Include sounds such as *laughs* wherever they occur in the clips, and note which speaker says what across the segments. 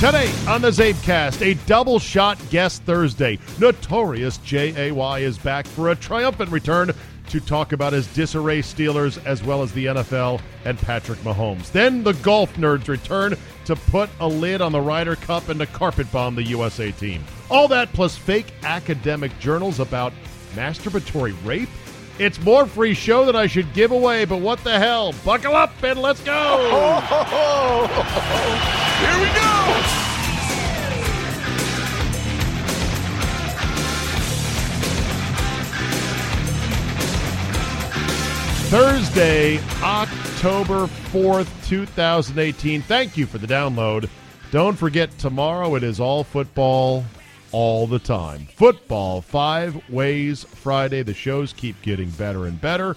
Speaker 1: Today on the Zabecast, a double shot guest Thursday. Notorious JAY is back for a triumphant return to talk about his disarray Steelers as well as the NFL and Patrick Mahomes. Then the golf nerds return to put a lid on the Ryder Cup and to carpet bomb the USA team. All that plus fake academic journals about masturbatory rape. It's more free show than I should give away, but what the hell? Buckle up and let's go!
Speaker 2: Here we go!
Speaker 1: Thursday, October 4th, 2018. Thank you for the download. Don't forget, tomorrow it is all football all the time. Football Five Ways Friday. The shows keep getting better and better.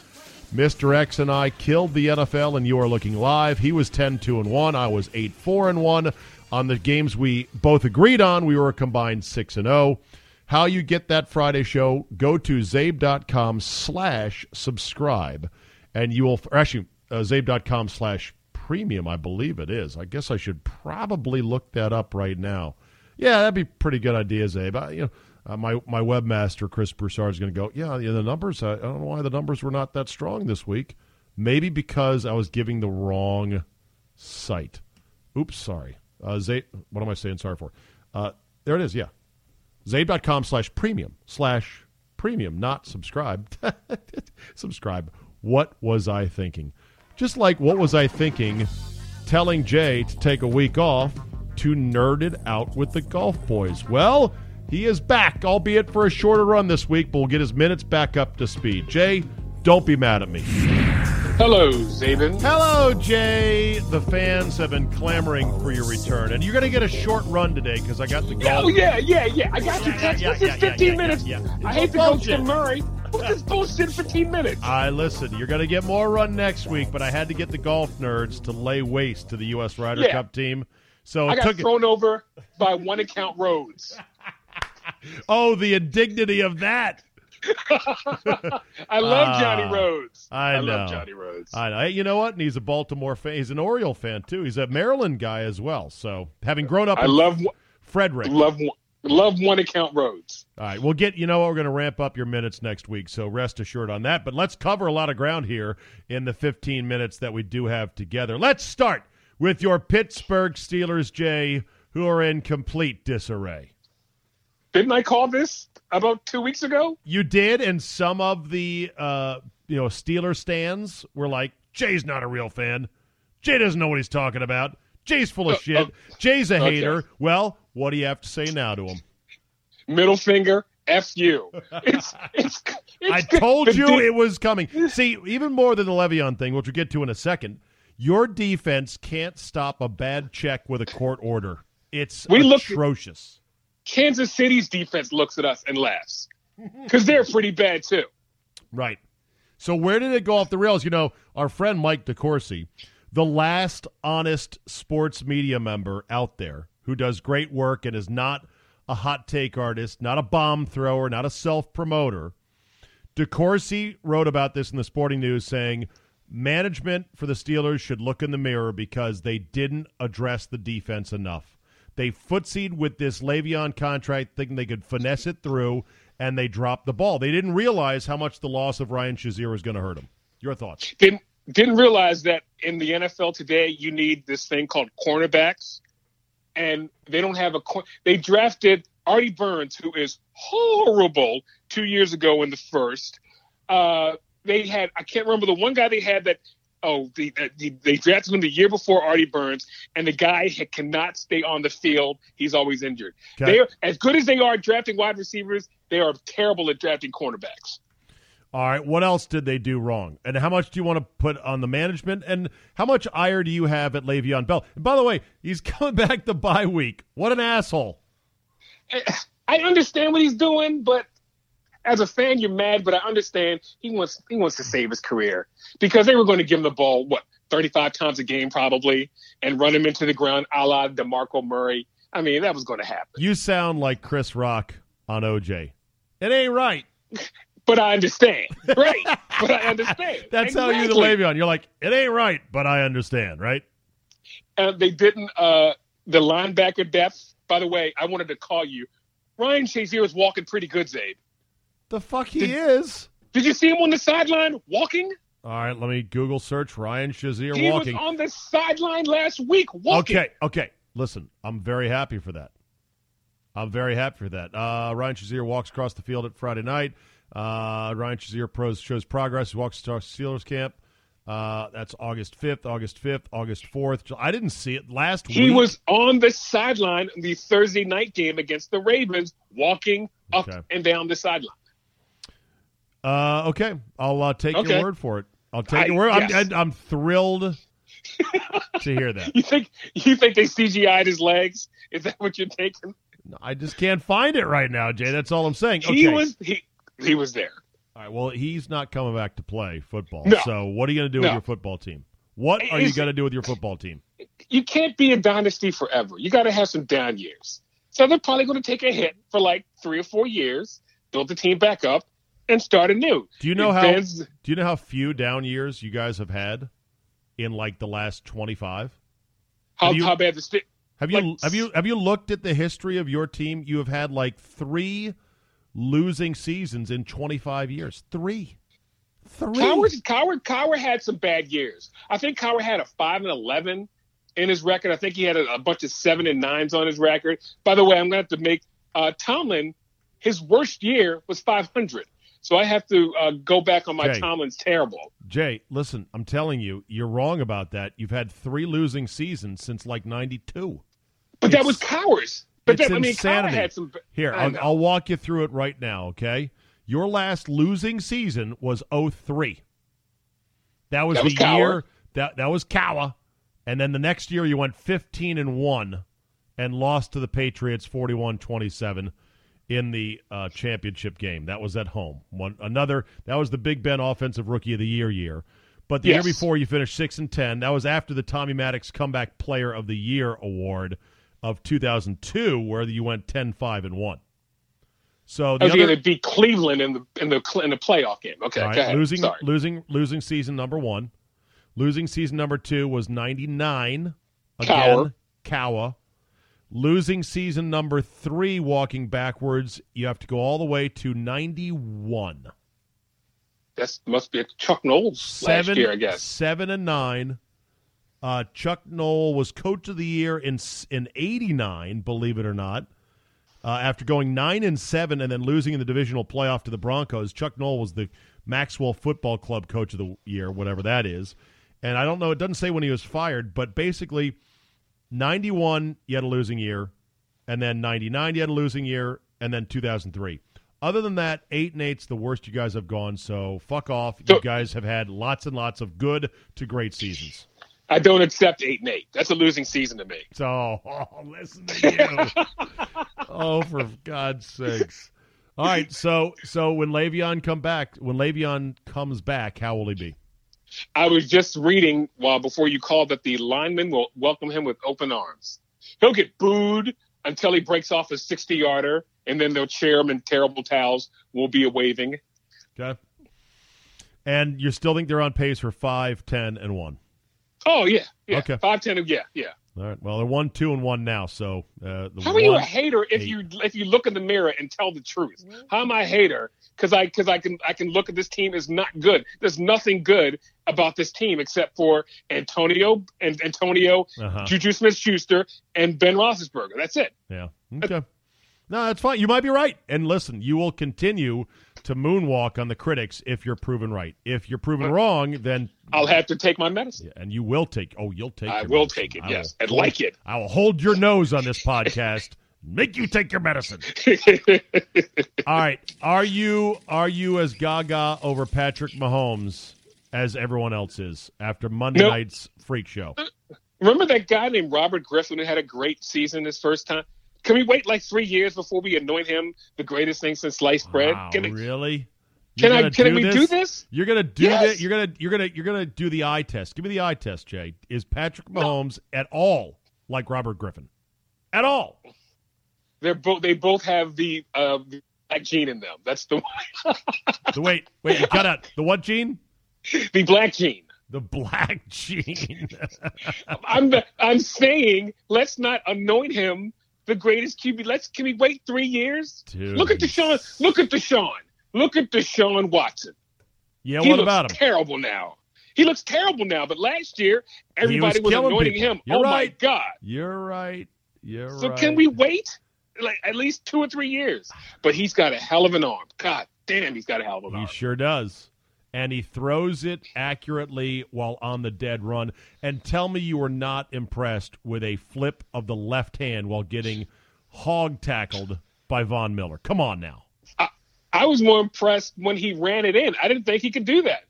Speaker 1: Mr. X and I killed the NFL, and you are looking live. He was 10 2 and 1. I was 8 4 and 1. On the games we both agreed on, we were a combined 6 and oh. 0. How you get that Friday show, go to zabe.com slash subscribe, and you will, or actually, uh, zabe.com slash premium, I believe it is. I guess I should probably look that up right now. Yeah, that'd be a pretty good idea, Zabe. I, you know, uh, my, my webmaster, Chris Broussard, is going to go, yeah, yeah, the numbers, I, I don't know why the numbers were not that strong this week. Maybe because I was giving the wrong site. Oops, sorry. Uh, Zabe, what am I saying sorry for? Uh, there it is, yeah. Zabe.com slash premium slash premium, not subscribe. *laughs* subscribe. What was I thinking? Just like what was I thinking telling Jay to take a week off to nerd it out with the golf boys? Well, he is back, albeit for a shorter run this week, but we'll get his minutes back up to speed. Jay, don't be mad at me.
Speaker 3: Hello, Zabin.
Speaker 1: Hello, Jay. The fans have been clamoring for your return, and you're going to get a short run today because I got the golf.
Speaker 3: Oh yeah, yeah, yeah. I got your
Speaker 1: Yeah,
Speaker 3: text.
Speaker 1: yeah,
Speaker 3: This
Speaker 1: yeah,
Speaker 3: is
Speaker 1: yeah,
Speaker 3: 15
Speaker 1: yeah,
Speaker 3: minutes.
Speaker 1: yeah, yeah.
Speaker 3: I hate to
Speaker 1: It's all
Speaker 3: go to
Speaker 1: bullshit.
Speaker 3: Murray. What's this bullshit 15 minutes?
Speaker 1: I listen. You're going to get more run next week, but I had to get the golf nerds to lay waste to the U.S. Ryder
Speaker 3: Yeah.
Speaker 1: Cup team. So
Speaker 3: I
Speaker 1: it
Speaker 3: got
Speaker 1: took.
Speaker 3: thrown over by one account Rhodes.
Speaker 1: Oh, the indignity of that!
Speaker 3: I love
Speaker 1: Ah,
Speaker 3: Johnny Rhodes.
Speaker 1: I know.
Speaker 3: love Johnny Rhodes.
Speaker 1: I know. Hey, You know what? And he's a Baltimore fan. He's an Oriole fan too. He's a Maryland guy as well. So having grown up
Speaker 3: I
Speaker 1: in
Speaker 3: love
Speaker 1: Frederick,
Speaker 3: love love one account Rhodes.
Speaker 1: All right, we'll get you know what we're going to ramp up your minutes next week, so rest assured on that. But let's cover a lot of ground here in the 15 minutes that we do have together. Let's start with your Pittsburgh Steelers, Jay, who are in complete disarray.
Speaker 3: Didn't I call this about two weeks ago?
Speaker 1: You did, and some of the uh, you know Steeler stands were like, "Jay's not a real fan. Jay doesn't know what he's talking about. Jay's full of
Speaker 3: Oh,
Speaker 1: shit. Jay's a
Speaker 3: okay.
Speaker 1: hater." Well, what do you have to say now to
Speaker 3: *laughs*
Speaker 1: him?
Speaker 3: Middle finger. F
Speaker 1: *laughs*
Speaker 3: you. It's it's. it's
Speaker 1: I told
Speaker 3: the
Speaker 1: you
Speaker 3: dude-
Speaker 1: it was coming. See, even more than the Le'Veon thing, which we'll get to in a second, your defense can't stop a bad check with a court order. It's
Speaker 3: We looked-
Speaker 1: atrocious.
Speaker 3: Kansas City's defense looks at us
Speaker 1: *laughs*
Speaker 3: and laughs because they're pretty bad too.
Speaker 1: right. So where did it go off the rails? You know, our friend Mike DeCourcy, the last honest sports media member out there who does great work and is not a hot take artist, not a bomb thrower, not a self promoter, DeCourcy wrote about this in the Sporting News saying management for the Steelers should look in the mirror because they didn't address the defense enough. They footsied with this Le'Veon contract, thinking they could finesse it through, and they dropped the ball. They didn't realize how much the loss of Ryan Shazier was going to hurt them. Your thoughts?
Speaker 3: didn't didn't realize that in the NFL today you need this thing called cornerbacks, and they don't have a. cor- They drafted Artie Burns, who is horrible, two years ago in the first. Uh, they had I can't remember the one guy they had that. Oh, the, the, they drafted him the year before Artie Burns, and the guy had, cannot stay on the field. He's always injured.
Speaker 1: Okay.
Speaker 3: They are, as good as they are at drafting wide receivers, they are terrible at drafting cornerbacks.
Speaker 1: All right, what else did they do wrong? And how much do you want to put on the management? And how much ire do you have at Le'Veon Bell? And by the way, he's *laughs* coming back the bye week. What an asshole.
Speaker 3: I understand what he's doing, but as a fan, you're mad. But I understand he wants he wants to save his career because they were going to give him the ball what 35 times a game probably and run him into the ground, a la Demarco Murray. I mean, that was going to happen.
Speaker 1: You sound like Chris Rock on OJ. It ain't right.
Speaker 3: But I understand, right? but I understand.
Speaker 1: *laughs* That's how you the
Speaker 3: Exactly.
Speaker 1: Le'Veon. You're like, it ain't right, but I understand, right?
Speaker 3: Uh, they didn't. Uh, the linebacker depth. By the way, I wanted to call you. Ryan Shazier is walking pretty good, Zabe.
Speaker 1: The fuck he is.
Speaker 3: Did you see him on the sideline walking?
Speaker 1: All right, let me Google search Ryan Shazier
Speaker 3: He
Speaker 1: walking.
Speaker 3: was on the sideline last week walking.
Speaker 1: Okay, okay. Listen, I'm very happy for that. I'm very happy for that. Uh, Ryan Shazier walks across the field at Friday night. Uh, Ryan Shazier pros shows progress. He walks to our Steelers camp. Uh, that's August 5th, August 5th, August 4th. Ju- I didn't see it last
Speaker 3: He
Speaker 1: week.
Speaker 3: was on the sideline in the Thursday night game against the Ravens, walking up
Speaker 1: Okay.
Speaker 3: and down the sideline.
Speaker 1: Uh, okay, I'll uh, take
Speaker 3: Okay.
Speaker 1: your word for it. I'll take
Speaker 3: I-
Speaker 1: your word. I'm,
Speaker 3: yes.
Speaker 1: I, I'm thrilled
Speaker 3: *laughs*
Speaker 1: to hear that.
Speaker 3: You think you think they CGI'd his legs? Is that what you're taking?
Speaker 1: I just can't find it right now, Jay. That's all I'm saying. Okay.
Speaker 3: He was he he was there.
Speaker 1: All right. Well, he's not coming back to play football.
Speaker 3: No.
Speaker 1: So what are you going to do with
Speaker 3: No.
Speaker 1: your football team? What are you
Speaker 3: Is-
Speaker 1: going to do with your football team?
Speaker 3: You can't be a dynasty forever. You got to have some down years. So they're probably going to take a hit for like three or four years, build the team back up, and start anew.
Speaker 1: Do you know how? Do
Speaker 3: Ben's-
Speaker 1: you know how few down years you guys have had in like the last twenty five?
Speaker 3: how,
Speaker 1: have you-
Speaker 3: how bad the sti-
Speaker 1: Have you
Speaker 3: Like-
Speaker 1: have you have you looked at the history of your team? You have had like three losing seasons in twenty five years. Three, three.
Speaker 3: Coward, Coward, Coward had some bad years. I think Coward had a five and eleven in his record. I think he had a, a bunch of seven and nines on his record. By the way, I'm going to have to make uh, Tomlin. His worst year was 500, so I have to uh, go back on my
Speaker 1: Okay.
Speaker 3: Tomlin's terrible.
Speaker 1: Jay, listen, I'm telling you, you're wrong about that. You've had three losing seasons since like ninety two.
Speaker 3: But that
Speaker 1: It's-
Speaker 3: was Coward's. But
Speaker 1: it's
Speaker 3: that, I mean, Coward
Speaker 1: insanity.
Speaker 3: had some.
Speaker 1: Here,
Speaker 3: I
Speaker 1: I'll,
Speaker 3: know.
Speaker 1: I'll walk you through it right now, okay? Your last losing season was 03. That was
Speaker 3: That was
Speaker 1: the
Speaker 3: Kawa.
Speaker 1: year that that was Kawa. And then the next year you went 15 and 1 and lost to the Patriots 41-27 in the uh, championship game. That was at home. One another that was the Big Ben offensive rookie of the year year. But the year
Speaker 3: Yes.
Speaker 1: before you finished 6 and 10, that was after the Tommy Maddox comeback player of the year award of 2002 where you went 10-5 and 1. So
Speaker 3: That
Speaker 1: the
Speaker 3: was the
Speaker 1: other
Speaker 3: year they beat Cleveland in the in the cl- in the playoff game. Okay,
Speaker 1: all right,
Speaker 3: go ahead.
Speaker 1: losing
Speaker 3: Sorry.
Speaker 1: losing losing season number one. Losing season number two was ninety nine. Again,
Speaker 3: Cower.
Speaker 1: Kawa. Losing season number three, walking backwards, you have to go all the way to ninety one.
Speaker 3: That must be Chuck Knowles last year, I guess.
Speaker 1: Seven and nine. Uh, Chuck Knoll was coach of the year in s- in eighty nine. Believe it or not, uh, after going nine and seven and then losing in the divisional playoff to the Broncos, Chuck Knoll was the Maxwell Football Club coach of the year, whatever that is. And I don't know; it doesn't say when he was fired, but basically, ninety one you had a losing year, and then ninety nine you had a losing year, and then two thousand three. Other than that, eight and eight's the worst you guys have gone. So fuck off. You
Speaker 3: So-
Speaker 1: guys have had lots and lots of good to great seasons.
Speaker 3: I don't accept eight and eight. That's a losing season to me.
Speaker 1: So *laughs* oh, listen to you.
Speaker 3: *laughs*
Speaker 1: oh, for God's sakes! All right, so so when Le'Veon come back, when Le'Veon comes back, how will he be?
Speaker 3: I was just reading while before you called that the linemen will welcome him with open arms. He'll get booed until he breaks off a 60 yarder, and then they'll cheer him in terrible towels. We'll be a waving.
Speaker 1: Okay. And you still think they're on pace for five, ten, and one?
Speaker 3: Oh, yeah. yeah.
Speaker 1: Okay.
Speaker 3: 5'10, yeah, yeah.
Speaker 1: All right. Well, they're one, two, and one now. So uh, the
Speaker 3: How
Speaker 1: one,
Speaker 3: are you a hater if
Speaker 1: eight.
Speaker 3: you if you look in the mirror and tell the truth? How am I a hater? Because I because I can I can look at this team is not good. There's nothing good about this team except for Antonio and Antonio
Speaker 1: Uh-huh.
Speaker 3: Juju Smith Schuster and Ben Roethlisberger. That's it.
Speaker 1: Yeah. Okay. No, that's fine. You might be right. And listen, you will continue to moonwalk on the critics if you're proven right. If you're proven wrong, then
Speaker 3: I'll have to take my medicine.
Speaker 1: Yeah, and you will take. Oh, you'll take.
Speaker 3: I
Speaker 1: your
Speaker 3: will
Speaker 1: medicine.
Speaker 3: take it,
Speaker 1: I
Speaker 3: yes,
Speaker 1: will
Speaker 3: and like it. *laughs*
Speaker 1: I will hold your nose on this podcast. Make you take your medicine. All right. Are you are you as gaga over Patrick Mahomes as everyone else is after Monday
Speaker 3: Nope.
Speaker 1: night's freak show?
Speaker 3: Remember that guy named Robert Griffin who had a great season his first time? Can we wait like three years before we anoint him the greatest thing since sliced bread?
Speaker 1: Wow,
Speaker 3: Can, it,
Speaker 1: really? You're
Speaker 3: can I
Speaker 1: gonna
Speaker 3: can we do this?
Speaker 1: You're gonna do
Speaker 3: Yes.
Speaker 1: this. You're gonna you're gonna you're gonna do the eye test. Give me the eye test, Jay. Is Patrick Mahomes at all like Robert Griffin? At all?
Speaker 3: They're both they both have the uh the black gene in them. That's the *laughs*
Speaker 1: The wait, wait, you got out the what gene?
Speaker 3: the black gene.
Speaker 1: The black *laughs* gene.
Speaker 3: I'm I'm saying let's not anoint him the greatest QB. Let's can we wait three years?
Speaker 1: Dude.
Speaker 3: Look at Deshaun. Look at Deshaun. Look at Deshaun Watson.
Speaker 1: Yeah,
Speaker 3: he
Speaker 1: what
Speaker 3: looks
Speaker 1: about him?
Speaker 3: terrible now. He looks terrible now. But last year everybody was,
Speaker 1: killing
Speaker 3: anointing
Speaker 1: people.
Speaker 3: him.
Speaker 1: You're
Speaker 3: oh my
Speaker 1: right.
Speaker 3: God.
Speaker 1: You're right. You're
Speaker 3: So
Speaker 1: right.
Speaker 3: can we wait like at least two or three years? But he's got a hell of an arm. God damn, he's got a hell of an
Speaker 1: He
Speaker 3: arm.
Speaker 1: sure does. And he throws it accurately while on the dead run. And tell me you were not impressed with a flip of the left hand while getting hog tackled by Von Miller. Come on now.
Speaker 3: I was more impressed when he ran it in. I didn't think he could do that,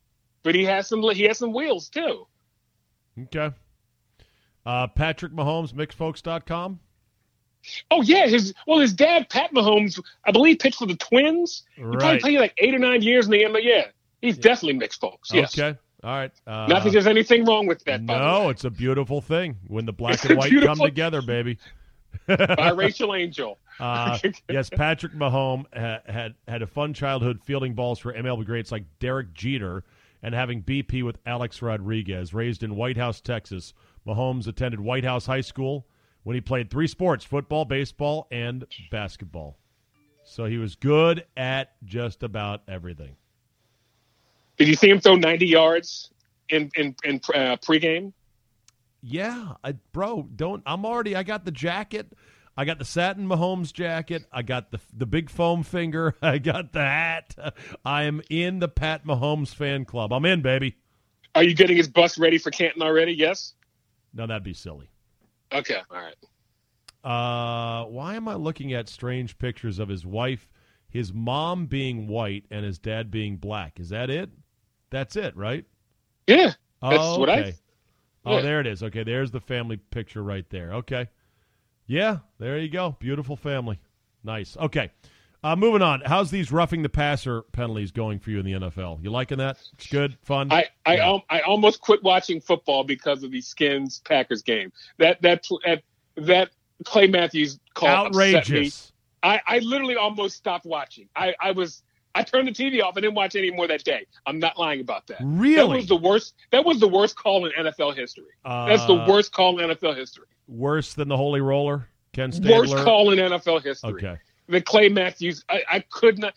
Speaker 3: but he has some he has some wheels too.
Speaker 1: Okay. Uh, Patrick Mahomes, mixedfolks.com.
Speaker 3: Oh yeah, his well his dad Pat Mahomes I believe pitched for the Twins. He probably
Speaker 1: Right.
Speaker 3: played like eight or nine years in the NBA. Yeah, he's definitely mixed folks. Yes.
Speaker 1: Okay. All right. Uh,
Speaker 3: Not that there's anything wrong with that. By the
Speaker 1: no,
Speaker 3: way.
Speaker 1: it's a beautiful thing when
Speaker 3: *laughs*
Speaker 1: the black
Speaker 3: It's
Speaker 1: and
Speaker 3: a
Speaker 1: white come
Speaker 3: beautiful-
Speaker 1: together, baby.
Speaker 3: by Rachel *laughs* Angel.
Speaker 1: Uh, yes, Patrick Mahomes ha- had had a fun childhood fielding balls for MLB greats like Derek Jeter and having BP with Alex Rodriguez. Raised in White House, Texas, Mahomes attended White House High School when he played three sports: football, baseball, and basketball. So he was good at just about everything.
Speaker 3: Did you see him throw 90 yards in in in uh, pregame?
Speaker 1: Yeah, I, bro, don't. I'm already. I got the jacket. I got the satin Mahomes jacket. I got the the big foam finger. *laughs* I got the hat. I am in the Pat Mahomes fan club. I'm in, baby.
Speaker 3: Are you getting his bus ready for Canton already? Yes.
Speaker 1: No, that'd be silly.
Speaker 3: Okay. All right.
Speaker 1: Uh, why am I looking at strange pictures of his wife, his mom being white and his dad being black? Is that it? That's it, right?
Speaker 3: Yeah. That's
Speaker 1: oh,
Speaker 3: what I-
Speaker 1: okay. Oh,
Speaker 3: Yeah.
Speaker 1: there it is. Okay, there's the family picture right there. Okay. Yeah, there you go. Beautiful family. Nice. Okay. Uh, moving on. How's these roughing the passer penalties going for you in the NFL? You liking that? It's good, fun.
Speaker 3: I I,
Speaker 1: Yeah.
Speaker 3: um, I almost quit watching football because of the Skins Packers game. That that pl- that, that Clay Matthews call oh, upset me.
Speaker 1: Outrageous.
Speaker 3: I, I literally almost stopped watching. I, I was I turned the TV off. I didn't watch any more that day. I'm not lying about that. That
Speaker 1: Really?
Speaker 3: was the worst. That was the worst call in NFL history. That's the
Speaker 1: Uh,
Speaker 3: worst call in NFL history.
Speaker 1: Worse than the Holy Roller? Ken Stabler?
Speaker 3: Worst call in NFL history.
Speaker 1: Okay.
Speaker 3: The Clay Matthews. I, I could not.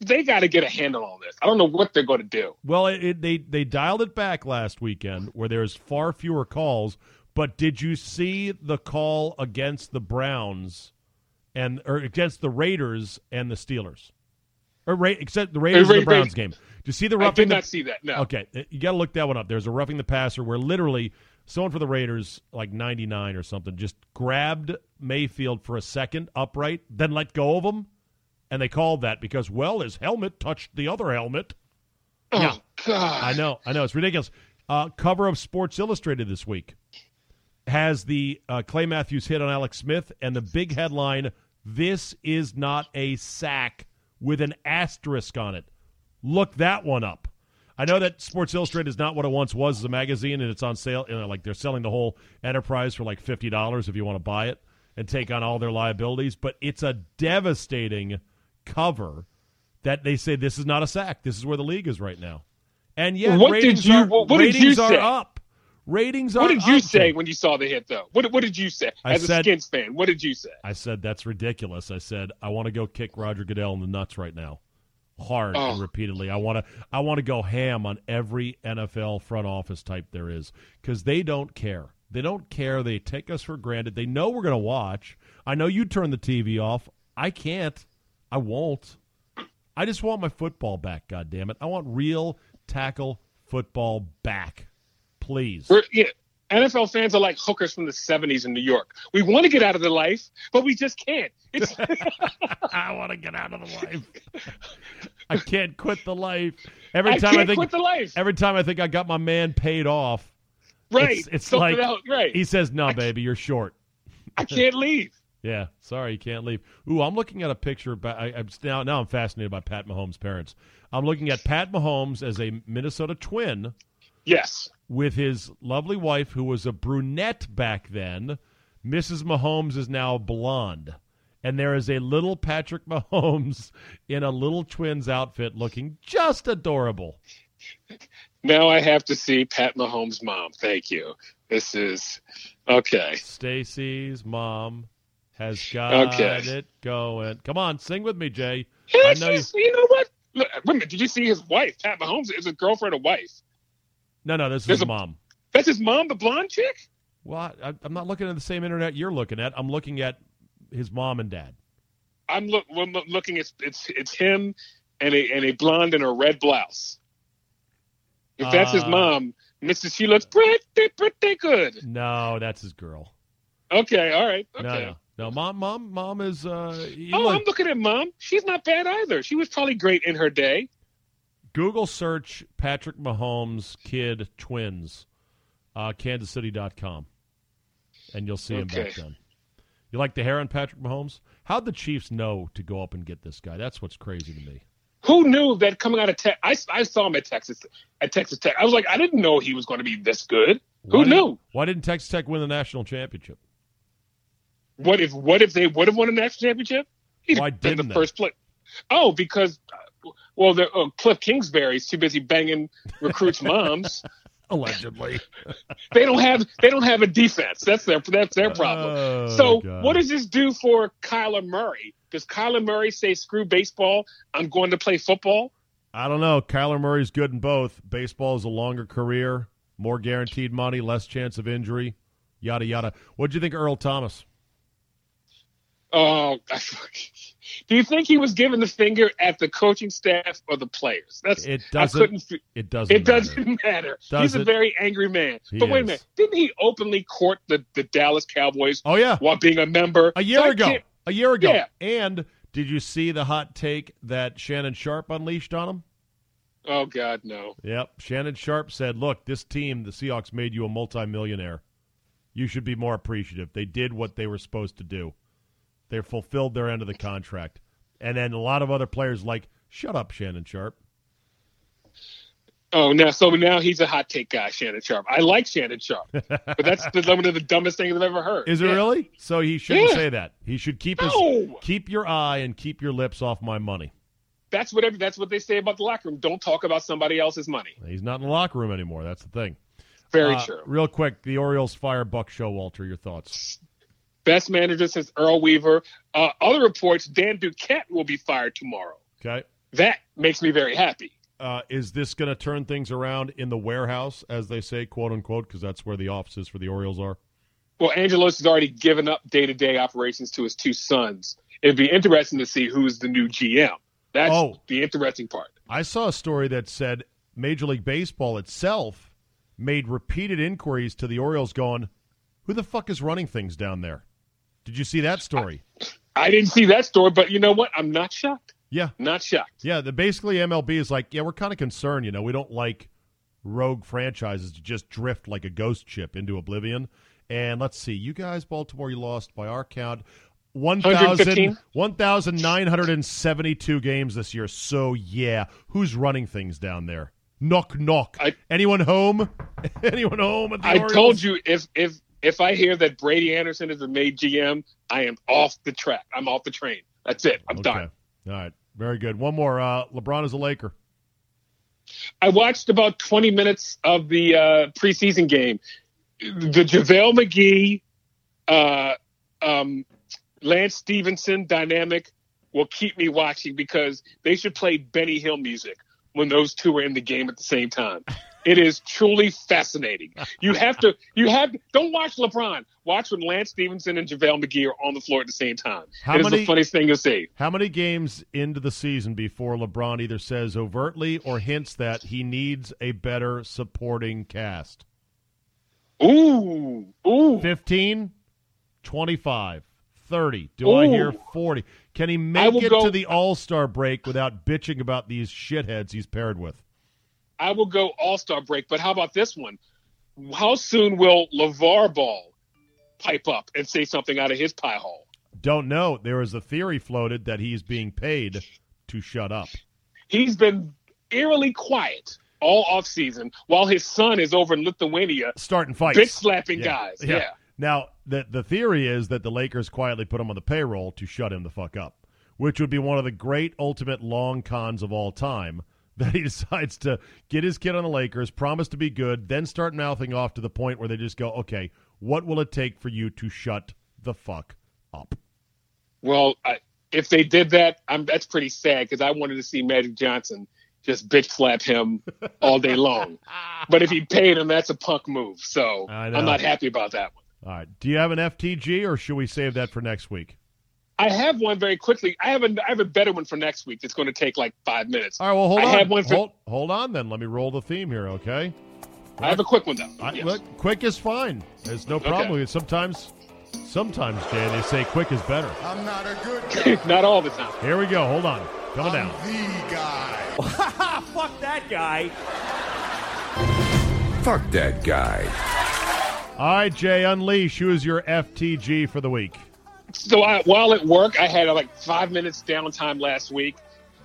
Speaker 3: They got to get a handle on this. I don't know what they're going to do.
Speaker 1: Well, it, it, they they dialed it back last weekend, where there's far fewer calls. But did you see the call against the Browns and or against the Raiders and the Steelers, or Ra- except the Raiders
Speaker 3: Ra-
Speaker 1: and the
Speaker 3: Ra-
Speaker 1: Browns game? Did you see the
Speaker 3: I
Speaker 1: roughing
Speaker 3: did
Speaker 1: the
Speaker 3: not see that. No.
Speaker 1: Okay, uh, you got to look that one up. There's a roughing the passer where literally someone for the Raiders, like 99 or something, just grabbed Mayfield for a second upright, then let go of him, and they called that because well, his helmet touched the other helmet.
Speaker 3: Oh
Speaker 1: Yeah.
Speaker 3: God.
Speaker 1: I know, I know, it's ridiculous. Uh, cover of Sports Illustrated this week has the uh, Clay Matthews hit on Alex Smith and the big headline: "This is not a sack" with an asterisk on it. Look that one up. I know that Sports Illustrated is not what it once was as a magazine, and it's on sale. You know, like they're selling the whole enterprise for like fifty dollars if you want to buy it and take on all their liabilities. But it's a devastating cover that they say this is not a sack. This is where the league is right now, and yet
Speaker 3: What did
Speaker 1: ratings
Speaker 3: you-
Speaker 1: are
Speaker 3: what did you
Speaker 1: ratings are
Speaker 3: say?
Speaker 1: up. Ratings are
Speaker 3: What did you
Speaker 1: up,
Speaker 3: say
Speaker 1: Jake.
Speaker 3: when you saw the hit, though? What, what did you say
Speaker 1: I
Speaker 3: as
Speaker 1: said-
Speaker 3: a Skins fan? What did you say?
Speaker 1: I said, that's ridiculous. I said, I want to go kick Roger Goodell in the nuts right now. Hard
Speaker 3: Oh.
Speaker 1: and repeatedly. I want to I want to go ham on every NFL front office type there is cuz they don't care. They don't care. They take us for granted. They know we're going to watch. I know you turn the TV off. I can't. I won't. I just want my football back, God damn it! I want real tackle football back. Please.
Speaker 3: We're, yeah, NFL fans are like hookers from the '70s in New York. We want to get out of the life, but we just can't.
Speaker 1: *laughs*
Speaker 3: It's,
Speaker 1: I want to get out of the life. I can't quit the life. Every
Speaker 3: I
Speaker 1: time
Speaker 3: can't
Speaker 1: I think
Speaker 3: quit the life.
Speaker 1: every time I think I got my man paid off,
Speaker 3: right?
Speaker 1: it's- it's
Speaker 3: Something
Speaker 1: like-
Speaker 3: else, right.
Speaker 1: he says, "No, baby, you're short."
Speaker 3: I can't leave.
Speaker 1: Yeah, sorry, you can't leave. Ooh, I'm looking at a picture. By, I, I'm just- now now I'm fascinated by Pat Mahomes' parents. I'm looking at Pat Mahomes as a Minnesota twin
Speaker 3: Yes,
Speaker 1: with his lovely wife, who was a brunette back then. Mrs. Mahomes is now blonde. And there is a little Patrick *laughs* Mahomes in a little twins outfit looking just adorable.
Speaker 3: Now I have to see Pat Mahomes' mom. Thank you. This is okay.
Speaker 1: Stacy's mom has got
Speaker 3: Okay.
Speaker 1: it going. Come on, sing with me, Jay.
Speaker 3: Yeah,
Speaker 1: I know
Speaker 3: she's- you know what? Look, wait a minute. Did you see his wife? Pat Mahomes is his girlfriend or wife?
Speaker 1: No, no, this is
Speaker 3: There's
Speaker 1: his
Speaker 3: a-
Speaker 1: mom.
Speaker 3: That's his mom, the blonde chick.
Speaker 1: Well, I, I'm not looking at the same internet you're looking at. I'm looking at his mom and dad.
Speaker 3: I'm look. We're lo- looking. It's it's it's him and a and a blonde in a red blouse. If that's his
Speaker 1: Uh.
Speaker 3: mom, Mrs. She looks pretty pretty good.
Speaker 1: No, that's his girl.
Speaker 3: Okay, all right. Okay.
Speaker 1: No, no, no. Mom, mom, mom is. Uh, you
Speaker 3: Oh,
Speaker 1: look-
Speaker 3: I'm looking at mom. She's not bad either. She was probably great in her day.
Speaker 1: Google search Patrick Mahomes kid twins, uh, KansasCity.com, and you'll see him back
Speaker 3: Okay.
Speaker 1: then. You like the hair on Patrick Mahomes? How'd the Chiefs know to go up and get this guy? That's what's crazy to me.
Speaker 3: Who knew that coming out of Tech? I, I saw him at Texas at Texas Tech. I was like, I didn't know he was going to be this good.
Speaker 1: Why
Speaker 3: Who
Speaker 1: didn't-
Speaker 3: knew?
Speaker 1: Why didn't Texas Tech win the national championship?
Speaker 3: What if what if they would have won a national championship? He'd
Speaker 1: Why
Speaker 3: been
Speaker 1: didn't
Speaker 3: the
Speaker 1: they?
Speaker 3: first play? Oh, because uh, well, the, uh, Cliff Kingsbury's too busy banging
Speaker 1: *laughs*
Speaker 3: recruits' moms.
Speaker 1: *laughs* Allegedly,
Speaker 3: They don't have they don't have a defense. That's their that's their problem.
Speaker 1: Oh,
Speaker 3: so what does this do for Kyler Murray? Does Kyler Murray say screw baseball? I'm going to play football.
Speaker 1: I don't know. Kyler Murray's good in both. Baseball is a longer career, more guaranteed money, less chance of injury, yada yada. What do you think, of Earl Thomas?
Speaker 3: Oh, *laughs* do you think he was given the finger at the coaching staff or the players? That's
Speaker 1: It
Speaker 3: I
Speaker 1: doesn't.
Speaker 3: couldn't. fi-
Speaker 1: It doesn't.
Speaker 3: It
Speaker 1: matter.
Speaker 3: *laughs* doesn't matter.
Speaker 1: Does
Speaker 3: He's
Speaker 1: it?
Speaker 3: a very angry man.
Speaker 1: He
Speaker 3: but wait
Speaker 1: is.
Speaker 3: a minute, didn't he openly court the, the Dallas Cowboys
Speaker 1: Oh yeah.
Speaker 3: while being a member
Speaker 1: A year
Speaker 3: So I
Speaker 1: ago.
Speaker 3: can't-
Speaker 1: A year ago.
Speaker 3: Yeah.
Speaker 1: And did you see the hot take that Shannon Sharp unleashed on him?
Speaker 3: Oh God, no.
Speaker 1: Yep. Shannon Sharp said, Look, this team, the Seahawks, made you a multimillionaire. You should be more appreciative. They did what they were supposed to do. They fulfilled their end of the contract. And then a lot of other players like, Shut up, Shannon Sharp.
Speaker 3: Oh, now so now he's a hot take guy, Shannon Sharp. I like Shannon Sharp, but that's the, one of the dumbest things I've ever heard.
Speaker 1: Is it
Speaker 3: Yeah.
Speaker 1: really? So he shouldn't
Speaker 3: Yeah.
Speaker 1: say that. He should keep his
Speaker 3: No,
Speaker 1: keep your eye and keep your lips off my money.
Speaker 3: that's what every, that's what they say about the locker room. Don't talk about somebody else's money.
Speaker 1: He's not in the locker room anymore. That's the thing.
Speaker 3: Very
Speaker 1: Uh,
Speaker 3: true.
Speaker 1: Real quick, the Orioles fire Buck Showalter. Your thoughts?
Speaker 3: Best manager since Earl Weaver. Uh, other reports: Dan Duquette will be fired tomorrow.
Speaker 1: Okay.
Speaker 3: That makes me very happy.
Speaker 1: Uh, is this going to turn things around in the warehouse, as they say, quote unquote, because that's where the offices for the Orioles are?
Speaker 3: Well, Angelos has already given up day to day operations to his two sons. It'd be interesting to see who's the new GM. That's
Speaker 1: Oh.
Speaker 3: the interesting part.
Speaker 1: I saw a story that said Major League Baseball itself made repeated inquiries to the Orioles, going, "Who the fuck is running things down there?" Did you see that story?
Speaker 3: I didn't see that story, but you know what? I'm not shocked.
Speaker 1: yeah,
Speaker 3: Not shocked.
Speaker 1: yeah. The basically MLB is like, yeah, we're kind of concerned. You know, we don't like rogue franchises to just drift like a ghost ship into oblivion. And let's see, you guys, Baltimore, you lost by our count 1,000
Speaker 3: 115?
Speaker 1: 1,972 games this year. So, yeah, who's running things down there? Knock, knock.
Speaker 3: I-
Speaker 1: Anyone home? *laughs* Anyone home at the
Speaker 3: I
Speaker 1: Orioles?
Speaker 3: told you if if if I hear that Brady Anderson is the made GM, I am off the track. I'm off the train. That's it. I'm
Speaker 1: Okay.
Speaker 3: done.
Speaker 1: All right. Very good. One more. Uh, LeBron is a Laker.
Speaker 3: I watched about 20 minutes of the uh, preseason game. The JaVale McGee, uh, um, Lance Stevenson dynamic will keep me watching because they should play Benny Hill music when those two are in the game at the same time. It is truly fascinating. You have to, you have, don't watch LeBron. Watch when Lance Stevenson and JaVale McGee are on the floor at the same time.
Speaker 1: How
Speaker 3: it is
Speaker 1: many-
Speaker 3: the funniest thing you'll see.
Speaker 1: How many games into the season before LeBron either says overtly or hints that he needs a better supporting cast?
Speaker 3: Ooh, ooh.
Speaker 1: 15, 25, 30. Do
Speaker 3: Ooh.
Speaker 1: I hear 40? Can he make
Speaker 3: will
Speaker 1: it
Speaker 3: go-
Speaker 1: to the All Star break without bitching about these shitheads he's paired with?
Speaker 3: I will go All Star break, but how about this one? How soon will LeVar Ball pipe up and say something out of his pie hole?
Speaker 1: Don't know. There is a theory floated that he's being paid to shut up.
Speaker 3: He's been eerily quiet all offseason while his son is over in Lithuania
Speaker 1: Starting fights.
Speaker 3: bitch slapping
Speaker 1: Yeah.
Speaker 3: guys.
Speaker 1: Yeah.
Speaker 3: Yeah.
Speaker 1: Now, the, the theory is that the Lakers quietly put him on the payroll to shut him the fuck up, which would be one of the great ultimate long cons of all time *laughs* that he decides to get his kid on the Lakers, promise to be good, then start mouthing off to the point where they just go, okay, what will it take for you to shut the fuck up?
Speaker 3: Well, I, if they did that, I'm, that's pretty sad because I wanted to see Magic Johnson just bitch slap him all day
Speaker 1: *laughs*
Speaker 3: long. but if he paid him, that's a punk move. So
Speaker 1: I know.
Speaker 3: I'm not happy about that one.
Speaker 1: All right. Do you have an FTG or should we save that for next week?
Speaker 3: I have one very quickly. I have a, I have a better one for next week. That's going to take like five minutes.
Speaker 1: All right, well, hold
Speaker 3: I
Speaker 1: on.
Speaker 3: have one for-
Speaker 1: hold, hold on then. Let me roll the theme here, okay?
Speaker 3: I have a quick one though.
Speaker 1: I,
Speaker 3: Yes.
Speaker 1: Look, quick is fine. There's no problem. with it. Sometimes, sometimes, Jan, they say quick is better.
Speaker 3: Uh,
Speaker 2: I'm not a
Speaker 4: *laughs*
Speaker 3: *laughs*
Speaker 2: good guy.
Speaker 3: not all the time.
Speaker 1: Here we go. Hold on. Coming
Speaker 2: I'm
Speaker 3: um,
Speaker 1: down.
Speaker 2: the guy.
Speaker 5: Fuck that guy.
Speaker 4: Fuck that guy.
Speaker 1: All right, Jay, unleash. Who is your FTG for the week?
Speaker 3: so I, while at work, I had uh, like five minutes downtime last week,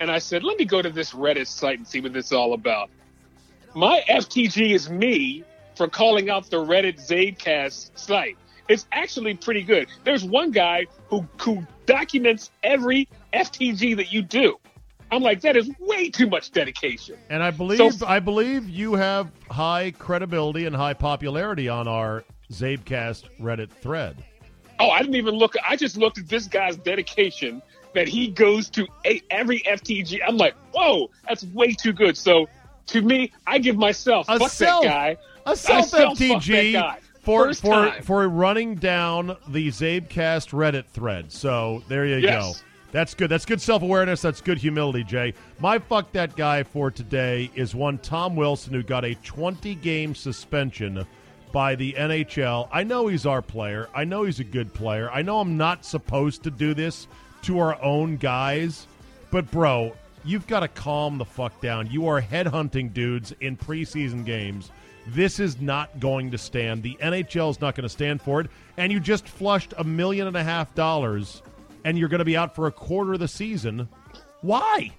Speaker 3: and I said, let me go to this Reddit site and see what this is all about. My FTG is me for calling out the Reddit Zadecast site. It's actually pretty good. There's one guy who, who documents every FTG that you do. I'm like, that is way too much dedication.
Speaker 1: And I believe
Speaker 3: So-
Speaker 1: I believe you have high credibility and high popularity on our Zabecast Reddit thread.
Speaker 3: Oh, I didn't even look. I just looked at this guy's dedication that he goes to a, every FTG. I'm like, whoa, that's way too good. So to me, I give myself
Speaker 1: A
Speaker 3: fuck
Speaker 1: self-
Speaker 3: that guy.
Speaker 1: A self
Speaker 3: self fucked that
Speaker 1: FTG
Speaker 3: guy.
Speaker 1: for
Speaker 3: First
Speaker 1: for
Speaker 3: time.
Speaker 1: for running down the Zabecast Reddit thread. So there you
Speaker 3: Yes.
Speaker 1: go. That's good. That's good self awareness. That's good humility, Jay. My fuck that guy for today is one Tom Wilson who got a 20 game suspension by the NHL. I know he's our player. I know he's a good player. I know I'm not supposed to do this to our own guys, but bro, you've got to calm the fuck down. You are headhunting dudes in preseason games. This is not going to stand. The NHL is not going to stand for it. And you just flushed a million and a half dollars and you're going to be out for a quarter of the season. Why?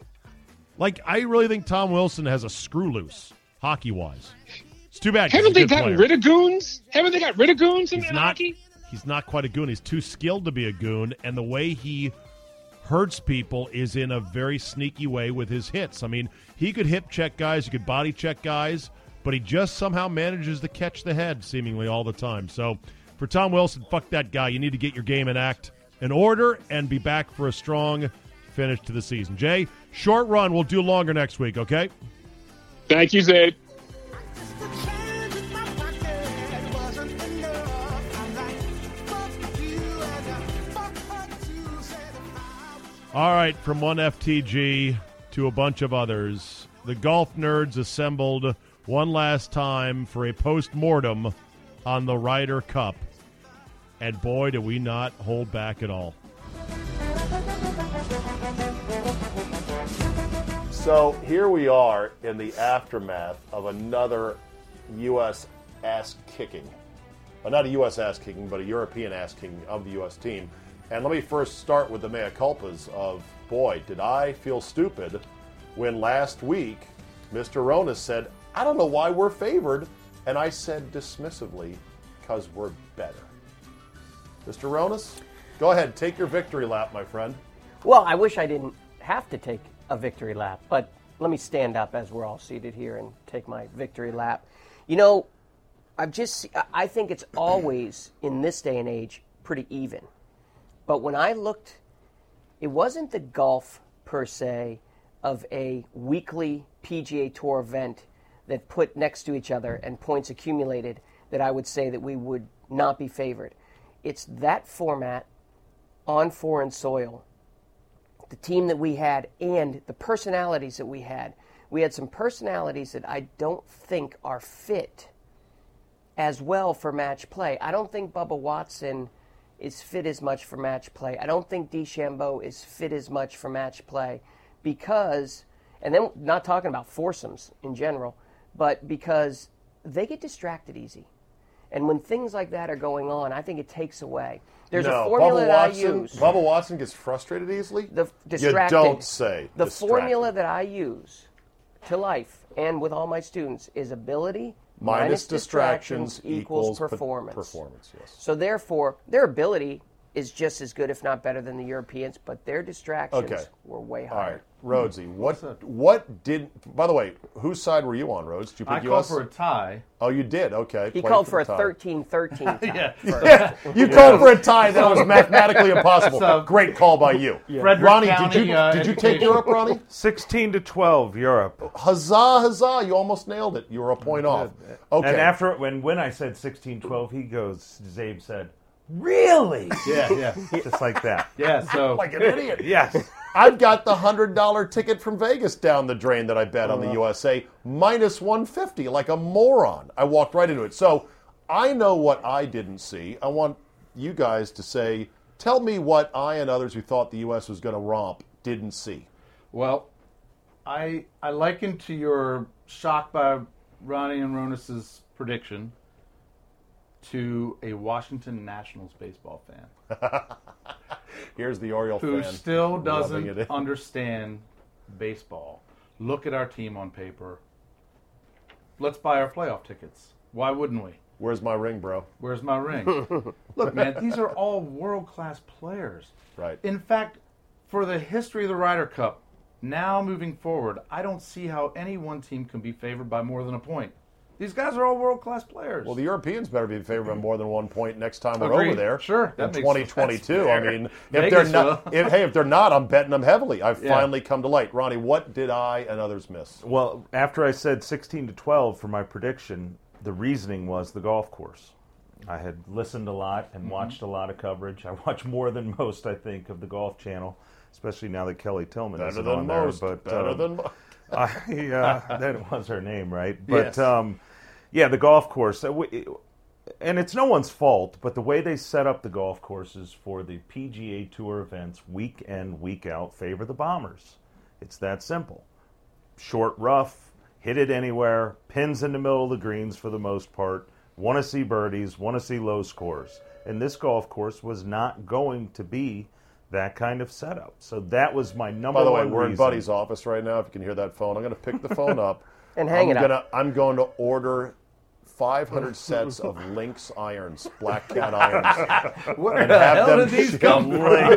Speaker 1: Like, I really think Tom Wilson has a screw loose hockey wise. It's too bad. 'cause he's
Speaker 3: Haven't they
Speaker 1: a good
Speaker 3: gotten
Speaker 1: player.
Speaker 3: rid of goons? Haven't they got rid of goons in,
Speaker 1: He's
Speaker 3: in
Speaker 1: not.
Speaker 3: hockey?
Speaker 1: He's not quite a goon. He's too skilled to be a goon, and the way he hurts people is in a very sneaky way with his hits. I mean, he could hip check guys, he could body check guys, but he just somehow manages to catch the head seemingly all the time. So, for Tom Wilson, fuck that guy. You need to get your game in act in order and be back for a strong finish to the season. Jay, short run. We'll do longer next week, okay?
Speaker 3: Thank you, Zabe.
Speaker 1: All right, from one FTG to a bunch of others, the golf nerds assembled one last time for a post mortem on the Ryder Cup. And boy, do we not hold back at all. So here we are in the aftermath of another U.S. ass kicking. Well, not a U.S. ass kicking, but a European ass kicking of the U.S. team. And let me first start with the mea culpas of boy, did I feel stupid when last week Mr. Ronas said, I don't know why we're favored. And I said dismissively, because we're better. Mr. Ronas, go ahead, take your victory lap, my friend.
Speaker 6: Well, I wish I didn't have to take a victory lap, but let me stand up as we're all seated here and take my victory lap. You know, I've just I- I think it's always in this day and age pretty even. But when I looked, it wasn't the golf per se of a weekly PGA Tour event that put next to each other and points accumulated that I would say that we would not be favored. It's that format on foreign soil the team that we had and the personalities that we had. We had some personalities that I don't think are fit as well for match play. I don't think Bubba Watson is fit as much for match play. I don't think DeChambeau is fit as much for match play because, and then not talking about foursomes in general, but because they get distracted easy. And when things like that are going on, I think it takes away. There's a formula
Speaker 1: Bubba
Speaker 6: that
Speaker 1: Watson,
Speaker 6: I use.
Speaker 1: Bubba Watson gets frustrated easily.
Speaker 6: the distracted.
Speaker 1: You don't say.
Speaker 6: The
Speaker 1: distracted.
Speaker 6: formula that I use to life and with all my students is ability
Speaker 1: minus,
Speaker 6: minus
Speaker 1: distractions
Speaker 6: distractions equals
Speaker 1: pe-
Speaker 6: performance.
Speaker 1: Performance, yes.
Speaker 6: So therefore, their ability is just as good, if not better, than the Europeans, but their distractions
Speaker 1: Okay.
Speaker 6: were way
Speaker 1: All
Speaker 6: higher.
Speaker 1: right, Rhodesy, what what did? By the way, whose side were you on, Rhodes? Did you pick
Speaker 4: I called
Speaker 1: U.S.?
Speaker 4: for a tie.
Speaker 1: oh, you did. Okay.
Speaker 6: He
Speaker 1: Played
Speaker 6: called for a
Speaker 1: tie. *laughs*
Speaker 6: 13 13
Speaker 4: *laughs* Yeah.
Speaker 1: You called for a tie that
Speaker 4: *laughs*
Speaker 1: was mathematically impossible.
Speaker 4: So-
Speaker 1: Great call by you,
Speaker 4: Frederick
Speaker 1: Ronnie. did
Speaker 4: County,
Speaker 1: you
Speaker 4: uh,
Speaker 1: did you take
Speaker 4: education.
Speaker 1: Europe, Ronnie?
Speaker 7: 16 to 12, Europe.
Speaker 1: Huzzah, huzzah! You almost nailed it. You were a point off. Okay.
Speaker 7: And after when when I said 16 12, he goes. Zabe said, "Really?"
Speaker 4: *laughs* Yeah, yeah.
Speaker 7: *laughs* Just like that.
Speaker 4: Yeah,
Speaker 1: *laughs*
Speaker 4: so
Speaker 1: like an idiot.
Speaker 7: *laughs* Yes.
Speaker 1: I've got the hundred dollar ticket from Vegas down the drain that I bet on the
Speaker 4: Uh-huh.
Speaker 1: USA minus one fifty, like a moron. I walked right into it. So I know what I didn't see. I want you guys to say, tell me what I and others who thought the US was gonna romp didn't see.
Speaker 4: well, I I liken to your shock by Ronnie and Ronis's prediction to a Washington Nationals baseball fan
Speaker 1: Here's the Oriole
Speaker 4: who
Speaker 1: fan
Speaker 4: still
Speaker 1: rubbing it *laughs* in.
Speaker 4: doesn't understand baseball. Look at our team on paper. Let's buy our playoff tickets. Why wouldn't we?
Speaker 1: Where's my ring, bro?
Speaker 4: Where's
Speaker 1: *laughs*
Speaker 4: my ring? Look, man, these are all world class players.
Speaker 1: Right.
Speaker 4: In fact, for the history of the Ryder Cup, now moving forward, I don't see how any one team can be favored by more than a point. These guys are all world class players.
Speaker 1: Well, the Europeans better be favored by more than one point next time we're
Speaker 4: Agreed.
Speaker 1: over there.
Speaker 4: Sure, that
Speaker 1: in
Speaker 4: makes-
Speaker 1: 2022. I
Speaker 4: that's fair.
Speaker 1: mean, if they're
Speaker 4: Vegas
Speaker 1: not,
Speaker 4: will.
Speaker 1: if, hey, if they're not, I'm betting them heavily. I've
Speaker 4: Yeah.
Speaker 1: finally come to light. Ronnie, what did I and others miss?
Speaker 7: Well, after I said 16 to 12 for my prediction, the reasoning was the golf course. I had listened a lot
Speaker 4: Mm-hmm.
Speaker 7: and watched a lot of coverage. I watch more than *laughs* most, I think, of the Golf Channel, especially now that Kelly Tillman
Speaker 1: Better
Speaker 7: isn't
Speaker 1: than
Speaker 7: on
Speaker 1: most.
Speaker 7: there. But
Speaker 1: better
Speaker 7: um,
Speaker 1: than mo-
Speaker 7: *laughs* I, uh, that was her name, right? But
Speaker 4: Yes.
Speaker 7: um, yeah, the golf course, Uh, we- and it's no one's fault, but the way they set up the golf courses for the PGA Tour events, week in, week out, favor the bombers. It's that simple. Short, rough, hit it anywhere, pins in the middle of the greens for the most part. Want to see birdies, want to see low scores. And this golf course was not going to be that kind of setup. So that was my number
Speaker 1: By the way,
Speaker 7: one
Speaker 1: we're in
Speaker 7: reason.
Speaker 1: Buddy's office right now. If you can hear that phone, I'm going to pick the phone up
Speaker 6: *laughs* And hang
Speaker 1: I'm
Speaker 6: it up.
Speaker 1: gonna, I'm going to order 500 sets of Lynx irons, black cat
Speaker 7: *laughs*
Speaker 1: irons.
Speaker 4: Where
Speaker 1: and have them shipped.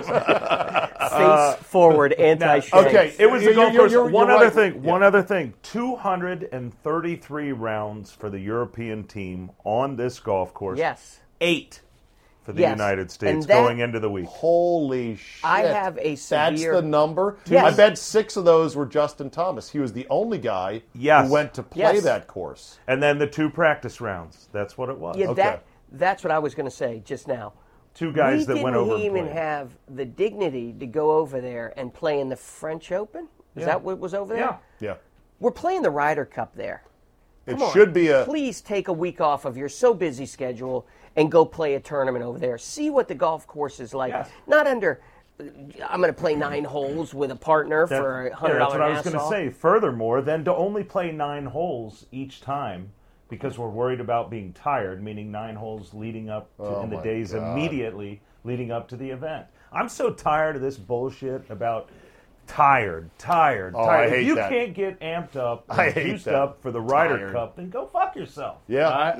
Speaker 6: face
Speaker 1: *laughs*
Speaker 6: forward anti shade.
Speaker 1: Uh, Okay,
Speaker 7: It was
Speaker 1: You're-
Speaker 7: the golf
Speaker 1: you're-
Speaker 7: course.
Speaker 1: you're-
Speaker 7: One
Speaker 1: you're
Speaker 7: other
Speaker 1: right.
Speaker 7: thing.
Speaker 1: Yeah.
Speaker 7: One other thing. Two hundred and thirty-three rounds for the European team on this golf course.
Speaker 6: Yes.
Speaker 7: Eight for the
Speaker 6: Yes.
Speaker 7: United
Speaker 6: And
Speaker 7: States
Speaker 6: that-
Speaker 7: going into the week.
Speaker 1: Holy shit!
Speaker 6: I have a
Speaker 1: That's
Speaker 6: severe-
Speaker 1: the number.
Speaker 6: Yes.
Speaker 1: I bet six of those were Justin Thomas. He was the only guy
Speaker 7: Yes.
Speaker 1: who went to play
Speaker 6: Yes.
Speaker 1: that course.
Speaker 7: And then the two practice rounds. That's what it was.
Speaker 6: Yeah,
Speaker 1: Okay.
Speaker 6: that, that's what I was going to say just now.
Speaker 7: Two guys
Speaker 6: we
Speaker 7: that
Speaker 6: didn't
Speaker 7: went over. and
Speaker 6: even
Speaker 7: played.
Speaker 6: have the dignity to go over there and play in the French Open. Is that what was over there?
Speaker 4: Yeah.
Speaker 1: Yeah,
Speaker 6: We're playing the Ryder Cup there.
Speaker 1: it
Speaker 6: Come on,
Speaker 1: should be a.
Speaker 6: Please take a week off of your so busy schedule and go play a tournament over there. See what the golf course is like. Not under. uh, I'm going to play nine holes with a partner
Speaker 7: That-
Speaker 6: for a
Speaker 7: yeah,
Speaker 6: hundred
Speaker 7: that's
Speaker 6: dollars.
Speaker 7: what I was going to say. Furthermore, then to only play nine holes each time because we're worried about being tired, meaning nine holes leading up to, in the
Speaker 1: Oh my
Speaker 7: days
Speaker 1: God.
Speaker 7: immediately leading up to the event. I'm so tired of this bullshit about tired, tired,
Speaker 1: Oh, I
Speaker 7: tired.
Speaker 1: hate
Speaker 7: if you
Speaker 1: that.
Speaker 7: can't get amped up, and
Speaker 1: I hate
Speaker 7: juiced
Speaker 1: that.
Speaker 7: up for the Ryder
Speaker 1: Tired.
Speaker 7: Cup, then go fuck yourself.
Speaker 1: Yeah, I,
Speaker 4: I- uh, look,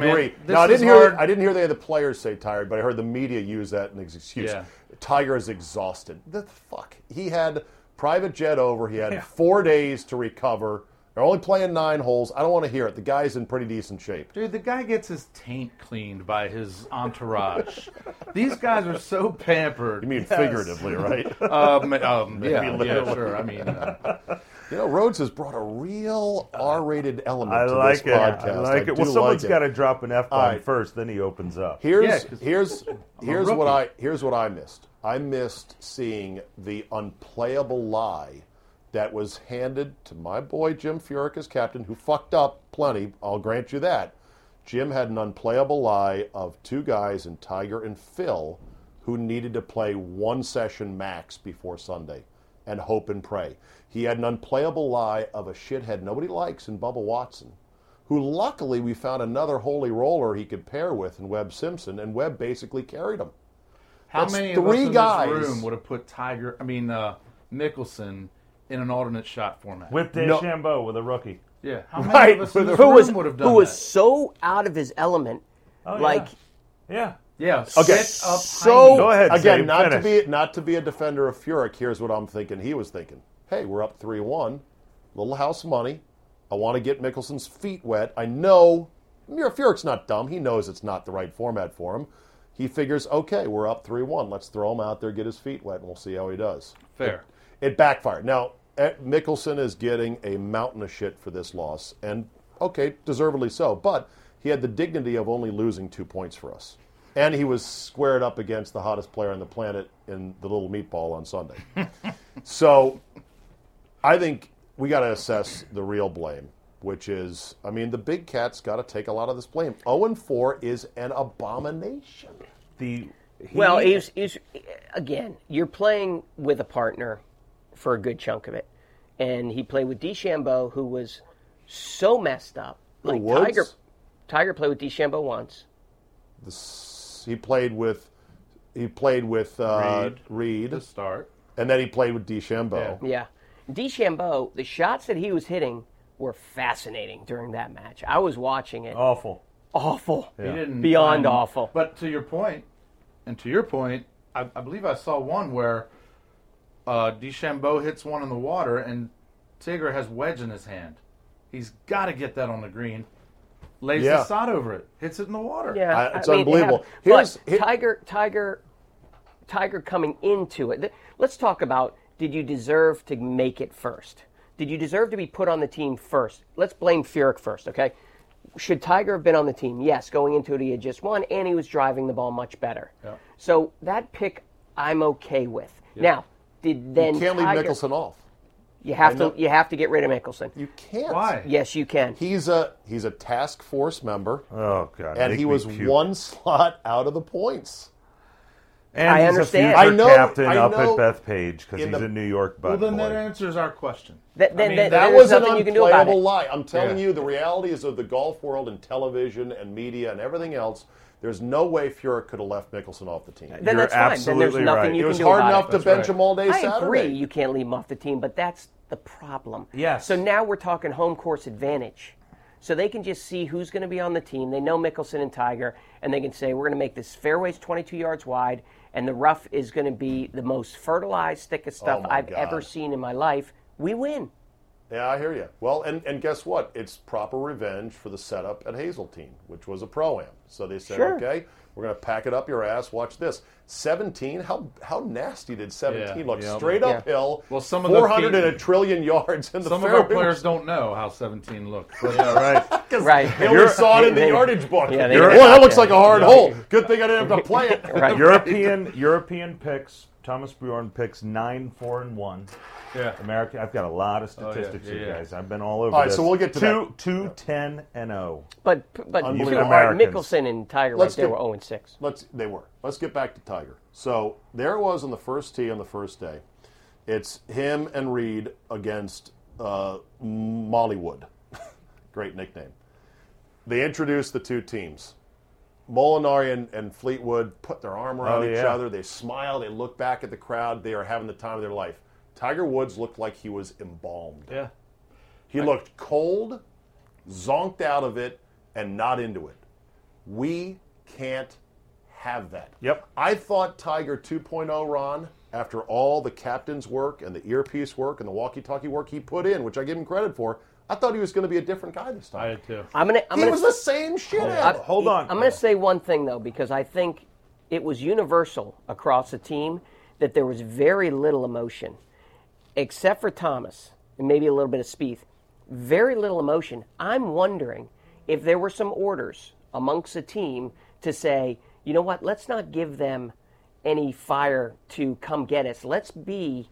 Speaker 4: man,
Speaker 1: agree.
Speaker 4: this
Speaker 1: Now, I
Speaker 4: is
Speaker 1: didn't hear
Speaker 4: hard.
Speaker 1: I didn't hear the other players say tired, but I heard the media use that as an excuse.
Speaker 4: Yeah.
Speaker 1: Tiger is exhausted. The fuck. He had private jet over. He had four days to recover. They're only playing nine holes. I don't want to hear it. The guy's in pretty decent shape.
Speaker 4: Dude, the guy gets his taint cleaned by his entourage. These guys are so pampered.
Speaker 1: You mean figuratively,
Speaker 7: *laughs*
Speaker 1: right? *laughs*
Speaker 4: Um, um, yeah, yeah,
Speaker 1: literally.
Speaker 4: sure. I mean, uh,
Speaker 1: you know, Rhodes has brought a real R-rated element
Speaker 7: Uh, I
Speaker 1: to
Speaker 7: like
Speaker 1: this
Speaker 7: it.
Speaker 1: podcast.
Speaker 7: I like it.
Speaker 1: do
Speaker 7: Well, someone's
Speaker 1: like it.
Speaker 7: got to drop an F
Speaker 1: All
Speaker 7: bomb
Speaker 1: right.
Speaker 7: first, then he opens up.
Speaker 1: Here's
Speaker 4: Yeah, 'cause
Speaker 1: here's here's
Speaker 4: rookie.
Speaker 1: what I here's what I missed. I missed seeing the unplayable lie that was handed to my boy Jim Furyk as captain, who fucked up plenty. I'll grant you that. Jim had an unplayable lie of two guys in Tiger and Phil who needed to play one session max before Sunday and hope and pray. He had an unplayable lie of a shithead nobody likes in Bubba Watson who luckily we found another holy roller he could pair with in Webb Simpson, and Webb basically carried him.
Speaker 4: how
Speaker 1: That's
Speaker 4: many
Speaker 1: three
Speaker 4: of us
Speaker 1: guys.
Speaker 4: in this room would have put Tiger? I mean, uh, Mickelson in an alternate shot format.
Speaker 7: With Deschambeau with a rookie.
Speaker 4: yeah, how many
Speaker 1: Right,
Speaker 4: of us in
Speaker 1: with
Speaker 4: this
Speaker 1: a-
Speaker 6: Who
Speaker 4: room
Speaker 6: was
Speaker 4: would have
Speaker 6: who
Speaker 4: done
Speaker 6: was
Speaker 4: that?
Speaker 6: so out of his element,
Speaker 7: Oh,
Speaker 6: like
Speaker 7: yeah. yeah.
Speaker 4: Yeah.
Speaker 1: Okay.
Speaker 4: Sit up
Speaker 1: So
Speaker 4: Heine.
Speaker 7: Go ahead,
Speaker 1: again,
Speaker 7: Dave,
Speaker 1: not to
Speaker 7: finish.
Speaker 1: be not to be a defender of Furyk. Here's what I'm thinking. He was thinking, hey, we're up three one, little house money. I want to get Mickelson's feet wet. I know Mira Furyk's not dumb. He knows it's not the right format for him. He figures, okay, we're up three one. Let's throw him out there, get his feet wet, and we'll see how he does.
Speaker 4: fair.
Speaker 1: It backfired. Now eh, Mickelson is getting a mountain of shit for this loss, and okay, deservedly so. But he had the dignity of only losing two points for us, and he was squared up against the hottest player on the planet in the little meatball on Sunday. so, I think we got to assess the real blame, which is, I mean, the big cat's got to take a lot of this blame. Zero and four is an abomination.
Speaker 7: The he-
Speaker 6: Well, he's, he's again, you're playing with a partner for a good chunk of it, and he played with DeChambeau, who was so messed up. Like
Speaker 1: Woods?
Speaker 6: Tiger, Tiger played with DeChambeau once.
Speaker 1: He played with, he played with uh, Reed.
Speaker 4: To start.
Speaker 1: And then he played with DeChambeau.
Speaker 6: Yeah, DeChambeau, the shots that he was hitting were fascinating during that match. I was watching it.
Speaker 7: awful.
Speaker 6: Awful.
Speaker 4: He didn't
Speaker 6: Beyond
Speaker 4: um,
Speaker 6: awful.
Speaker 4: But to your point, and to your point, I, I believe I saw one where uh, DeChambeau hits one in the water and Tigger has wedge in his hand. He's got to get that on the green. Lays
Speaker 1: Yeah.
Speaker 4: the sod over it. Hits it in the water.
Speaker 6: Yeah,
Speaker 1: I- it's
Speaker 6: it
Speaker 1: unbelievable.
Speaker 6: happened.
Speaker 1: Here's-
Speaker 6: but
Speaker 1: here-
Speaker 6: Tiger, Tiger, Tiger coming into it. Th- Let's talk about did you deserve to make it first? Did you deserve to be put on the team first? Let's blame Furyk first, okay? Should Tiger have been on the team? Yes, going into it, he had just won, and he was driving the ball much better. So that pick, I'm okay with. Now, did then
Speaker 1: You can't leave
Speaker 6: Tiger-
Speaker 1: Mickelson off.
Speaker 6: You have
Speaker 1: know.
Speaker 6: to you have to get rid of Mickelson.
Speaker 1: You can't.
Speaker 4: Why?
Speaker 6: yes, you can.
Speaker 1: He's a he's a task force member,
Speaker 7: Oh god.
Speaker 1: and
Speaker 7: make
Speaker 1: he
Speaker 7: me
Speaker 1: was
Speaker 7: puke.
Speaker 1: one slot out of the points.
Speaker 7: And
Speaker 6: I
Speaker 7: he's
Speaker 6: understand.
Speaker 7: A future
Speaker 1: I know-
Speaker 7: captain
Speaker 1: I
Speaker 7: up
Speaker 1: know-
Speaker 7: at Bethpage because
Speaker 1: in
Speaker 7: he's
Speaker 1: the-
Speaker 7: a New York
Speaker 4: Well,
Speaker 7: button
Speaker 4: then that
Speaker 7: boy.
Speaker 4: answers our question.
Speaker 6: Th- then,
Speaker 4: mean,
Speaker 6: then-
Speaker 1: That
Speaker 6: there's
Speaker 1: was an
Speaker 6: nothing you can do about it.
Speaker 1: unplayable lie. I'm telling
Speaker 4: Yeah.
Speaker 1: you, the realities of the golf world and television and media and everything else. There's no way Furyk could have left Mickelson off the team.
Speaker 6: Then
Speaker 7: You're
Speaker 6: that's fine. Then there's
Speaker 7: absolutely
Speaker 6: nothing
Speaker 7: right.
Speaker 6: you
Speaker 7: It
Speaker 1: it
Speaker 6: can
Speaker 1: was
Speaker 6: do
Speaker 1: hard
Speaker 6: about
Speaker 1: enough
Speaker 6: it.
Speaker 1: to
Speaker 4: That's
Speaker 1: bench
Speaker 4: right.
Speaker 1: him all day
Speaker 6: I
Speaker 1: Saturday.
Speaker 6: agree you can't leave him off the team, but that's the problem.
Speaker 4: Yes.
Speaker 6: So now we're talking home course advantage. So they can just see who's going to be on the team. They know Mickelson and Tiger, and they can say, we're going to make this fairways 22 yards wide, and the rough is going to be the most fertilized, thickest stuff
Speaker 1: Oh my
Speaker 6: I've
Speaker 1: God.
Speaker 6: ever seen in my life. We win.
Speaker 1: Yeah, I hear you. Well, and, and guess what? It's proper revenge for the setup at Hazeltine, which was a pro am. So they said,
Speaker 6: Sure.
Speaker 1: okay, we're going to pack it up your ass. Watch this. 17, how how nasty did 17
Speaker 4: Yeah,
Speaker 1: look?
Speaker 4: yeah.
Speaker 1: Straight
Speaker 6: Yeah.
Speaker 1: uphill,
Speaker 4: Well, some of the
Speaker 1: 400
Speaker 4: feet-
Speaker 1: and a trillion yards in the
Speaker 4: Some of
Speaker 1: fairway.
Speaker 4: our players don't know how 17 looks. But,
Speaker 7: All right.
Speaker 6: Right.
Speaker 1: *laughs* They only saw it in the
Speaker 6: They-
Speaker 1: yardage book.
Speaker 6: Yeah, they-
Speaker 1: Boy, that looks like a hard hole. Good thing I didn't have to play it.
Speaker 6: *laughs* Right.
Speaker 7: European European picks. Thomas Bjorn picks nine, four, and one.
Speaker 4: yeah.
Speaker 7: American. I've got a lot of statistics,
Speaker 4: Oh, yeah,
Speaker 7: you
Speaker 4: yeah.
Speaker 7: guys. I've been all over.
Speaker 1: All right,
Speaker 7: this.
Speaker 1: so we'll get to
Speaker 7: two,
Speaker 1: that.
Speaker 7: two, ten, and oh. zero.
Speaker 6: *laughs* But, but
Speaker 1: Unbelievable.
Speaker 6: two are
Speaker 7: Americans.
Speaker 6: Mickelson and Tiger
Speaker 1: Let's
Speaker 6: right there
Speaker 1: get-
Speaker 6: were 0 and 6.
Speaker 1: Let's they were. Let's get back to Tiger. So there it was on the first tee on the first day. It's him and Reed against uh, Mollywood. *laughs* Great nickname. They introduced the two teams. Molinari and, and Fleetwood put their arm around
Speaker 7: Oh,
Speaker 1: each
Speaker 7: yeah.
Speaker 1: other. They smile. They look back at the crowd. They are having the time of their life. Tiger Woods looked like he was embalmed.
Speaker 4: Yeah.
Speaker 1: He looked cold, zonked out of it, and not into it. We can't have that.
Speaker 7: Yep.
Speaker 1: I thought Tiger 2.0, Ron, after all the captain's work and the earpiece work and the walkie talkie work he put in, which I give him credit for, I thought he was going to be a different guy this
Speaker 4: I
Speaker 1: time.
Speaker 4: did too.
Speaker 6: I'm going to. I'm
Speaker 1: he
Speaker 6: gonna,
Speaker 1: was the same shit.
Speaker 6: I-
Speaker 1: animal.
Speaker 7: Hold on.
Speaker 6: I'm going to say one thing though, because I think it was universal across the team that there was very little emotion, except for Thomas and maybe a little bit of Spieth. Very little emotion. I'm wondering if there were some orders amongst the team to say, you know what, let's not give them any fire to come get us. Let's be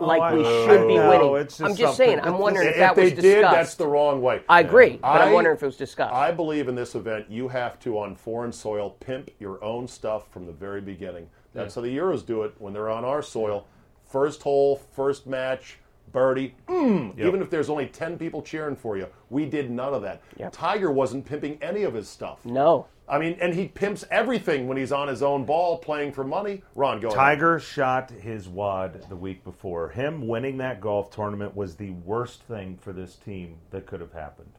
Speaker 6: like
Speaker 7: I-
Speaker 6: we
Speaker 7: Oh,
Speaker 6: should be
Speaker 7: no,
Speaker 6: winning.
Speaker 7: it's just
Speaker 6: I'm just
Speaker 7: something-
Speaker 6: saying. I'm wondering if,
Speaker 1: if
Speaker 6: that
Speaker 1: they
Speaker 6: was
Speaker 1: did,
Speaker 6: discussed.
Speaker 1: that's the wrong way.
Speaker 6: I agree, but I,
Speaker 1: I-
Speaker 6: am wondering if it was *laughs* discussed.
Speaker 1: I believe in this event, you have to, on foreign soil, pimp your own stuff from the very beginning. That's how the Euros do it when they're on our soil. First hole, first match, birdie. Mm, Even if there's only 10 people cheering for you, we did none of that.
Speaker 6: Yep.
Speaker 1: Tiger wasn't pimping any of his stuff.
Speaker 6: no.
Speaker 1: I mean, and he pimps everything when he's on his own ball playing for money. Ron, go ahead.
Speaker 7: Tiger shot his wad the week before. Him winning that golf tournament was the worst thing for this team that could have happened.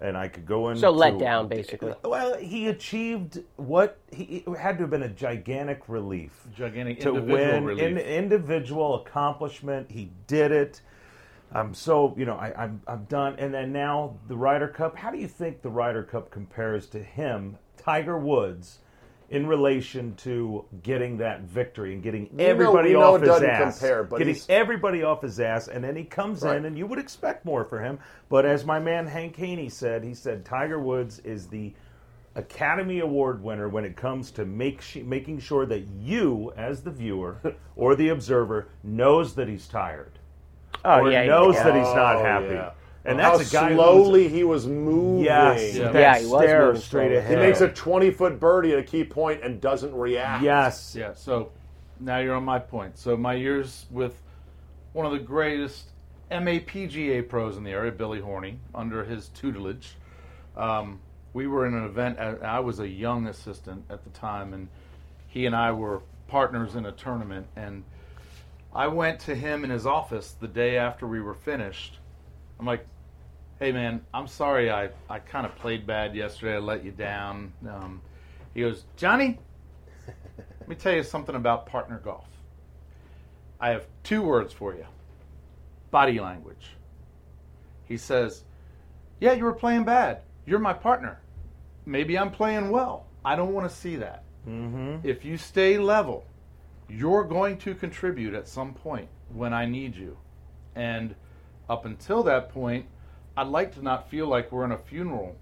Speaker 7: and I could go in.
Speaker 6: So let down, basically.
Speaker 7: Well, he achieved what he it had to have been a gigantic relief.
Speaker 4: Gigantic
Speaker 7: to
Speaker 4: individual
Speaker 7: win
Speaker 4: relief.
Speaker 7: an individual accomplishment. He did it. I'm so you know I, I'm I'm done. And then now the Ryder Cup. How do you think the Ryder Cup compares to him, Tiger Woods, in relation to getting that victory and getting everybody
Speaker 1: we know it
Speaker 7: off his
Speaker 1: doesn't
Speaker 7: ass?
Speaker 1: compare, but
Speaker 7: getting
Speaker 1: he's-
Speaker 7: everybody off his ass, and then he comes in, and you would expect more for him. But as my man Hank Haney said, he said Tiger Woods is the Academy Award winner when it comes to make sh- making sure that you, as the viewer or the observer, knows that he's tired
Speaker 6: Oh
Speaker 7: or
Speaker 6: yeah, yeah,
Speaker 7: knows
Speaker 6: yeah.
Speaker 7: that he's not
Speaker 1: Oh,
Speaker 7: happy.
Speaker 1: yeah.
Speaker 7: And
Speaker 1: How
Speaker 7: that's a guy
Speaker 1: slowly
Speaker 7: Who's,
Speaker 1: he was moving.
Speaker 7: yes, with that
Speaker 6: Yeah, he was
Speaker 7: stare
Speaker 6: moving
Speaker 7: straight
Speaker 6: slowly.
Speaker 7: ahead.
Speaker 1: He makes a 20 foot birdie at a key point and doesn't react.
Speaker 7: yes.
Speaker 4: Yeah, so now you're on my point. So my years with one of the greatest MAPGA pros in the area, Billy Horney, under his tutelage, um, we were in an event. and I was a young assistant at the time, and he and I were partners in a tournament. And I went to him in his office the day after we were finished. I'm like, hey man, I'm sorry I, I kind of played bad yesterday. I let you down. Um, he goes, Johnny, let me tell you something about partner golf. I have two words for you body language. He says, Yeah, you were playing bad. You're my partner. Maybe I'm playing well. I don't want to see that.
Speaker 1: Mm-hmm.
Speaker 4: If you stay level, you're going to contribute at some point when I need you. And up until that point, I'd like to not feel like we're in a funeral.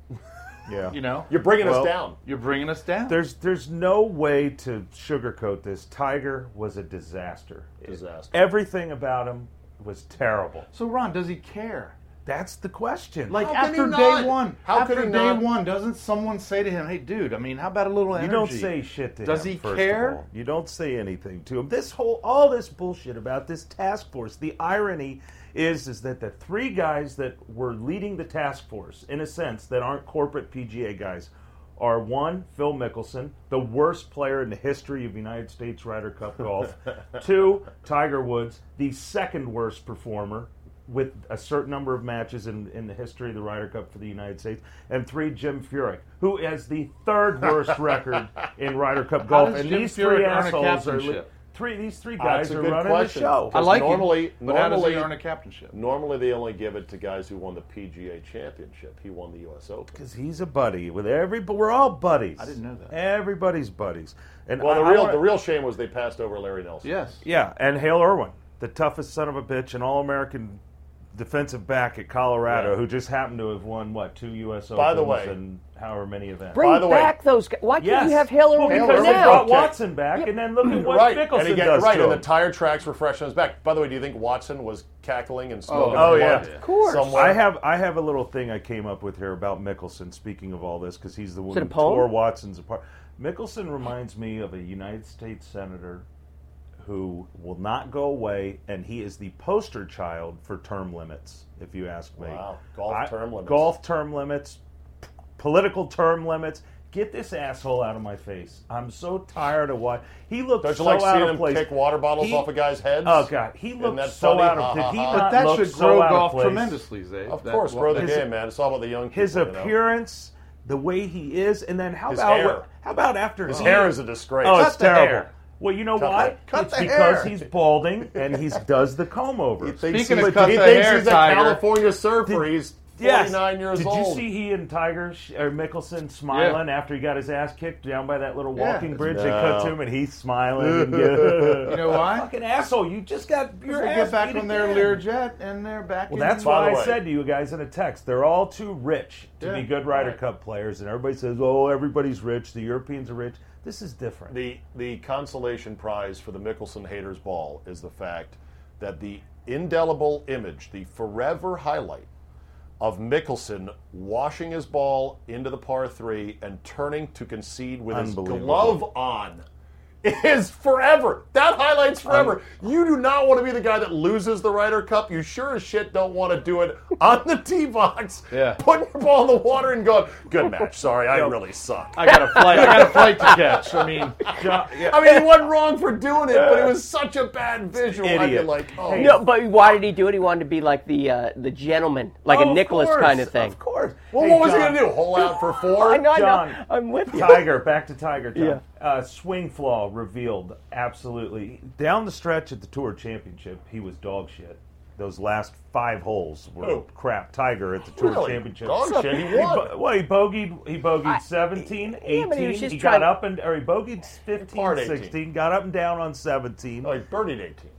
Speaker 7: Yeah.
Speaker 4: You know,
Speaker 1: *laughs* You're bringing
Speaker 7: Well,
Speaker 1: us down.
Speaker 4: you're bringing us down.
Speaker 7: There's there's no way to sugarcoat this. Tiger was a disaster.
Speaker 1: Disaster.
Speaker 7: Everything about him was terrible.
Speaker 4: so, Ron, does he care?
Speaker 7: That's the question.
Speaker 4: Like
Speaker 1: How could
Speaker 4: after
Speaker 1: he
Speaker 4: day
Speaker 1: not?
Speaker 4: one,
Speaker 1: How
Speaker 4: after
Speaker 1: could he
Speaker 4: day
Speaker 1: not?
Speaker 4: one, doesn't someone say to him, "Hey, dude, I mean, how about a little
Speaker 7: you
Speaker 4: energy?"
Speaker 7: don't say shit to
Speaker 4: Does
Speaker 7: him.
Speaker 4: he
Speaker 7: first of
Speaker 4: care?
Speaker 7: all. You don't say anything to him. This whole all this bullshit about this task force. The irony is is that the three guys that were leading the task force, in a sense, that aren't corporate PGA guys, are one Phil Mickelson, the worst player in the history of United States Ryder Cup golf. Two Tiger Woods, the second worst performer. With a certain number of matches in, in the history of the Ryder Cup for the United States, and three Jim Furyk, who has the third worst record in Ryder Cup golf.
Speaker 4: does
Speaker 7: and
Speaker 4: Jim
Speaker 7: these
Speaker 4: Furyk
Speaker 7: three
Speaker 4: earn a
Speaker 7: assholes are li-
Speaker 4: captainship?
Speaker 7: three. These three
Speaker 1: That's
Speaker 7: guys
Speaker 1: a
Speaker 7: are
Speaker 1: good
Speaker 7: running
Speaker 1: question.
Speaker 7: the show.
Speaker 4: I like him,
Speaker 1: Normally-
Speaker 4: but how does he
Speaker 1: normally-
Speaker 4: earn a captainship?
Speaker 1: Normally, they only give it to guys who won the PGA Championship. He won the U.S. Open.
Speaker 7: Because he's a buddy with every, but we're all buddies. I
Speaker 4: didn't know that.
Speaker 7: Everybody's buddies. And
Speaker 1: Well,
Speaker 7: I-
Speaker 1: the
Speaker 7: I
Speaker 1: real
Speaker 7: wanna-
Speaker 1: the real shame was they passed over Larry Nelson.
Speaker 4: Yes.
Speaker 7: yeah, and Hale Irwin, the toughest son of a bitch, an All-American defensive back at Colorado,
Speaker 1: Yeah.
Speaker 7: who just happened to have won what two U.S.
Speaker 1: By
Speaker 7: Opens
Speaker 1: the way-
Speaker 7: and however many events.
Speaker 6: Bring
Speaker 1: By the way-
Speaker 6: back those guys. Why can't
Speaker 7: yes,
Speaker 6: you have Hillary
Speaker 7: well,
Speaker 1: Hale
Speaker 7: because they
Speaker 1: Irwin.
Speaker 6: now?
Speaker 7: brought
Speaker 1: Okay.
Speaker 7: Watson back, and then look at what
Speaker 1: Right,
Speaker 7: Mickelson
Speaker 1: and again,
Speaker 7: does
Speaker 1: right,
Speaker 7: to
Speaker 1: and the
Speaker 7: him.
Speaker 1: tire tracks were fresh on his back. By the way, do you think Watson was cackling and smoking?
Speaker 4: Oh,
Speaker 1: a
Speaker 7: yeah.
Speaker 1: blunt
Speaker 7: Of
Speaker 6: course.
Speaker 1: somewhere?
Speaker 7: I have I have a little thing I came up with here about Mickelson. Speaking of all this, because he's the one
Speaker 6: it a
Speaker 7: who
Speaker 6: poem?
Speaker 7: tore Watson's apart. Mickelson reminds me of a United States senator who will not go away, and he is the poster child for term limits. If you ask me,
Speaker 1: Wow. Golf term limits.
Speaker 7: golf term limits, p- political term limits. Get this asshole out of my face! I'm so tired of what he looked
Speaker 1: Don't you
Speaker 7: so
Speaker 1: like
Speaker 7: out
Speaker 1: seeing
Speaker 7: of
Speaker 1: him
Speaker 7: place.
Speaker 1: kick water bottles
Speaker 7: He-
Speaker 1: off of guys' heads?
Speaker 7: Oh god, he
Speaker 1: Isn't
Speaker 7: looked
Speaker 1: that
Speaker 7: so
Speaker 1: funny? Uh-huh.
Speaker 7: out
Speaker 1: *laughs* Ha,
Speaker 7: of. Did
Speaker 1: ha,
Speaker 7: he
Speaker 1: ha.
Speaker 7: not
Speaker 4: But that
Speaker 7: look
Speaker 4: should
Speaker 7: so
Speaker 4: grow
Speaker 7: out of
Speaker 4: golf
Speaker 7: place?
Speaker 4: tremendously, Zay.
Speaker 1: Of
Speaker 4: That-
Speaker 1: course,
Speaker 4: well,
Speaker 1: grow the
Speaker 4: that-
Speaker 1: game, man. It's all about the young people.
Speaker 7: his
Speaker 1: you know?
Speaker 7: appearance, the way he is, and then how
Speaker 1: His
Speaker 7: about
Speaker 1: hair.
Speaker 7: what- how about after
Speaker 1: His
Speaker 7: he-
Speaker 1: hair is a disgrace.
Speaker 7: oh, it's
Speaker 4: Cut the hair.
Speaker 7: terrible. Well, you know
Speaker 1: Cut
Speaker 7: why?
Speaker 1: the- cut
Speaker 7: it's
Speaker 1: the
Speaker 7: because
Speaker 1: hair.
Speaker 7: he's balding
Speaker 1: *laughs*
Speaker 7: and he does the comb over.
Speaker 1: He thinks
Speaker 4: Speaking
Speaker 1: he's,
Speaker 4: of cut
Speaker 1: he
Speaker 4: the
Speaker 1: thinks
Speaker 4: hair,
Speaker 1: he's a
Speaker 4: Tiger.
Speaker 1: California surfer.
Speaker 7: Did-
Speaker 1: he's 49
Speaker 7: Yes.
Speaker 1: years
Speaker 7: Did
Speaker 1: old.
Speaker 7: you see he and Tiger sh- or Mickelson smiling after he got his ass kicked down by that little
Speaker 4: Yeah.
Speaker 7: walking bridge they
Speaker 1: No.
Speaker 7: cut to him, and he's smiling? and-
Speaker 1: *laughs*
Speaker 7: *laughs*
Speaker 4: You know why?
Speaker 7: Fucking asshole! You just got your
Speaker 4: They
Speaker 7: ass
Speaker 4: get back
Speaker 7: beat
Speaker 4: on their
Speaker 7: again.
Speaker 4: Learjet and they're back.
Speaker 7: Well,
Speaker 4: in-
Speaker 7: that's
Speaker 1: By the
Speaker 7: why I
Speaker 1: way-
Speaker 7: said to you guys in a text, they're all too rich to
Speaker 4: Yeah,
Speaker 7: be good Ryder
Speaker 4: right.
Speaker 7: Cup players, and everybody says, "Oh, everybody's rich. The Europeans are rich." This is different.
Speaker 1: the the consolation prize for the Mickelson haters ball is the fact that the indelible image, the forever highlight of Mickelson washing his ball into the par three and turning to concede with his
Speaker 7: Unbelievable.
Speaker 1: glove on is forever. That highlights forever. you do not want to be the guy that loses the Ryder Cup. You sure as shit don't want to do it on the tee box,
Speaker 4: Yeah.
Speaker 1: putting your ball in the water and going, good match. Sorry, I really suck.
Speaker 4: I got a flight. I got a flight to catch.
Speaker 7: *laughs*
Speaker 4: I mean, God, yeah.
Speaker 1: I mean, he wasn't wrong for doing it, but it was such a bad visual. I'd be
Speaker 7: Idiot.
Speaker 1: like, oh,
Speaker 6: No, but why did he do it? He wanted to be like the uh, the gentleman, like
Speaker 7: Oh, Of
Speaker 6: a Nicholas
Speaker 7: course,
Speaker 6: kind of thing.
Speaker 7: Of course.
Speaker 1: Well,
Speaker 7: Hey,
Speaker 1: what was he
Speaker 7: John,
Speaker 1: going to do? Hole out
Speaker 7: *laughs*
Speaker 1: for four?
Speaker 6: *laughs* I know, I know.
Speaker 7: John.
Speaker 6: I'm with you.
Speaker 7: Tiger, back to Tiger. John.
Speaker 6: Yeah.
Speaker 7: Uh, swing flaw revealed absolutely down the stretch at the Tour Championship. He was dog shit. Those last five holes were
Speaker 1: Who?
Speaker 7: crap. Tiger at the Tour
Speaker 1: Really?
Speaker 7: Championship.
Speaker 1: Dog shit, he
Speaker 7: He
Speaker 1: won.
Speaker 7: bo- well, he bogeyed. He bogeyed
Speaker 6: I-
Speaker 7: 17,
Speaker 6: yeah,
Speaker 7: 18.
Speaker 6: but he was
Speaker 7: he
Speaker 6: just
Speaker 7: got
Speaker 6: trying-
Speaker 7: up and or he bogeyed 15,
Speaker 1: Part Oh, 18.
Speaker 7: 16. Got up and down on 17.
Speaker 1: No, he birdied 18.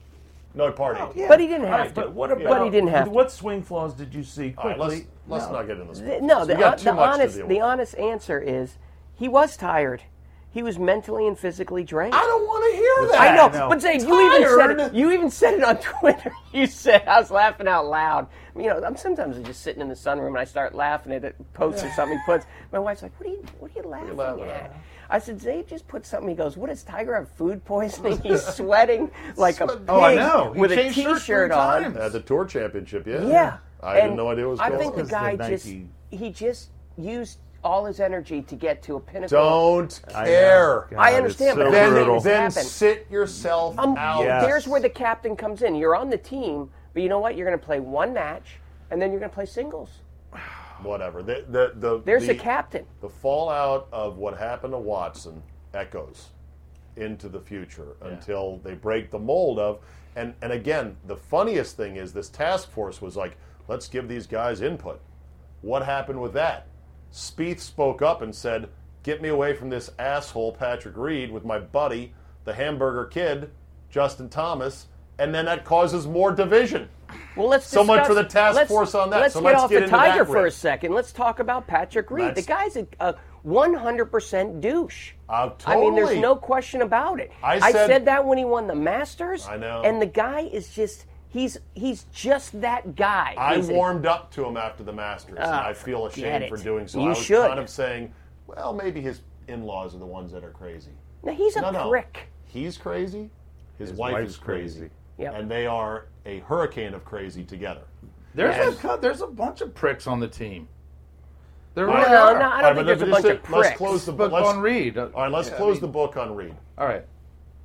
Speaker 1: No, he partied
Speaker 7: Oh,
Speaker 1: 18.
Speaker 6: But he didn't
Speaker 7: All
Speaker 6: have
Speaker 7: right,
Speaker 6: to.
Speaker 7: But what about?
Speaker 6: But he didn't have to.
Speaker 7: What swing flaws did you see?
Speaker 1: All
Speaker 7: Quickly.
Speaker 1: right, let's, let's not get into this.
Speaker 6: The- no,
Speaker 1: We
Speaker 6: the,
Speaker 1: got
Speaker 6: hon-
Speaker 1: too
Speaker 6: the
Speaker 1: much to
Speaker 6: honest
Speaker 1: deal
Speaker 6: the
Speaker 1: with.
Speaker 6: honest answer is he was tired. He was mentally and physically drained.
Speaker 1: I don't want to hear that.
Speaker 6: I know,
Speaker 7: I know.
Speaker 6: but Zane, you even said
Speaker 1: Tired?
Speaker 6: it. You even said it on *laughs* Twitter. You said I was laughing out loud. You know, I'm sometimes I'm just sitting in the sunroom and I start laughing at it, posts or something he puts. My wife's like, "What are you? What are you laughing,
Speaker 1: laughing
Speaker 6: at?"
Speaker 1: at?
Speaker 6: I said, "Zane just put something." He goes, "What does Tiger have? Food poisoning? He's sweating like a pig
Speaker 1: Oh,
Speaker 4: I know. He
Speaker 6: with a
Speaker 4: changed shirts
Speaker 6: t-shirt
Speaker 4: three
Speaker 6: on."
Speaker 4: times.
Speaker 1: At the tour championship, yeah.
Speaker 6: Yeah.
Speaker 1: I
Speaker 6: And
Speaker 1: had no idea what was
Speaker 6: I
Speaker 1: going
Speaker 6: think
Speaker 1: on.
Speaker 6: the
Speaker 7: Because the
Speaker 6: guy just
Speaker 7: Nike-
Speaker 6: he just used all his energy to get to a pinnacle.
Speaker 1: Don't
Speaker 7: I know.
Speaker 1: care.
Speaker 7: God,
Speaker 6: I
Speaker 7: it's
Speaker 6: understand,
Speaker 7: so
Speaker 6: but
Speaker 1: then
Speaker 7: brutal.
Speaker 1: then
Speaker 6: happened.
Speaker 1: sit yourself
Speaker 6: Um,
Speaker 1: out.
Speaker 7: Yeah.
Speaker 6: There's where the captain comes in. You're on the team, but you know what? You're going to play one match, and then you're going to play singles.
Speaker 1: Whatever. The, the, the,
Speaker 6: There's
Speaker 1: the,
Speaker 6: the, captain.
Speaker 1: The fallout of what happened to Watson echoes into the future until they break the mold of. And, and again, the funniest thing is this task force was like, let's give these guys input. What happened with that? Spieth spoke up and said, "Get me away from this asshole Patrick Reed with my buddy, the Hamburger Kid, Justin Thomas," and then that causes more division.
Speaker 6: Well, let's
Speaker 1: So much
Speaker 6: discuss-
Speaker 1: for the task
Speaker 6: let's-
Speaker 1: force on that.
Speaker 6: Let's
Speaker 1: So
Speaker 6: get
Speaker 1: let's
Speaker 6: off
Speaker 1: get
Speaker 6: the
Speaker 1: into that
Speaker 6: Tiger for a
Speaker 1: riff.
Speaker 6: second. Let's talk about Patrick Reed.
Speaker 1: Let's-
Speaker 6: the guy's a, a 100% douche.
Speaker 1: Uh,
Speaker 6: I mean, there's
Speaker 1: totally.
Speaker 6: no question about it.
Speaker 1: I said-
Speaker 6: that when he won the Masters.
Speaker 1: I know.
Speaker 6: And the guy is just he's he's just that guy.
Speaker 1: I
Speaker 6: He's-
Speaker 1: warmed up to him after the Masters, and I feel
Speaker 6: Ah, forget
Speaker 1: ashamed
Speaker 6: it.
Speaker 1: for doing so.
Speaker 6: You
Speaker 1: I was
Speaker 6: should.
Speaker 1: kind of saying, "Well, maybe his in-laws are the ones that are crazy."
Speaker 6: No, he's a
Speaker 1: No, no,
Speaker 6: prick.
Speaker 1: he's crazy. His, wife
Speaker 7: wife's
Speaker 1: is crazy,
Speaker 7: crazy.
Speaker 6: Yep.
Speaker 1: and they are a hurricane of crazy together.
Speaker 4: There's a cou- there's a bunch of pricks on the team. There
Speaker 6: No,
Speaker 4: really
Speaker 6: no,
Speaker 4: are.
Speaker 6: I don't
Speaker 1: All right,
Speaker 6: think
Speaker 1: but
Speaker 6: there's a bunch
Speaker 1: let's-
Speaker 6: of
Speaker 1: Let's
Speaker 6: pricks.
Speaker 1: close the
Speaker 4: But
Speaker 1: let's-
Speaker 4: on Reed, uh,
Speaker 1: All right, let's
Speaker 4: yeah, I
Speaker 1: close
Speaker 4: mean-
Speaker 1: the book on Reed.
Speaker 4: All right.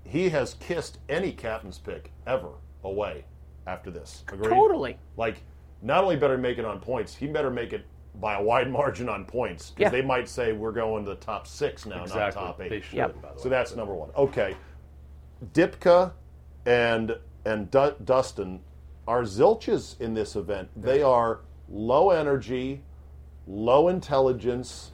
Speaker 1: he has kissed any captain's pick ever away after this. Agreed?
Speaker 6: Totally.
Speaker 1: Like, not only better make it on points, he better make it by a wide *laughs* margin on points because
Speaker 6: Yeah.
Speaker 1: they might say we're going to the top six now, not
Speaker 4: Exactly.
Speaker 1: top eight.
Speaker 4: They should,
Speaker 6: Yep.
Speaker 4: by the way.
Speaker 1: So that's number one. Okay, Dipka and and Du- Dustin are zilches in this event. They are low energy, low intelligence,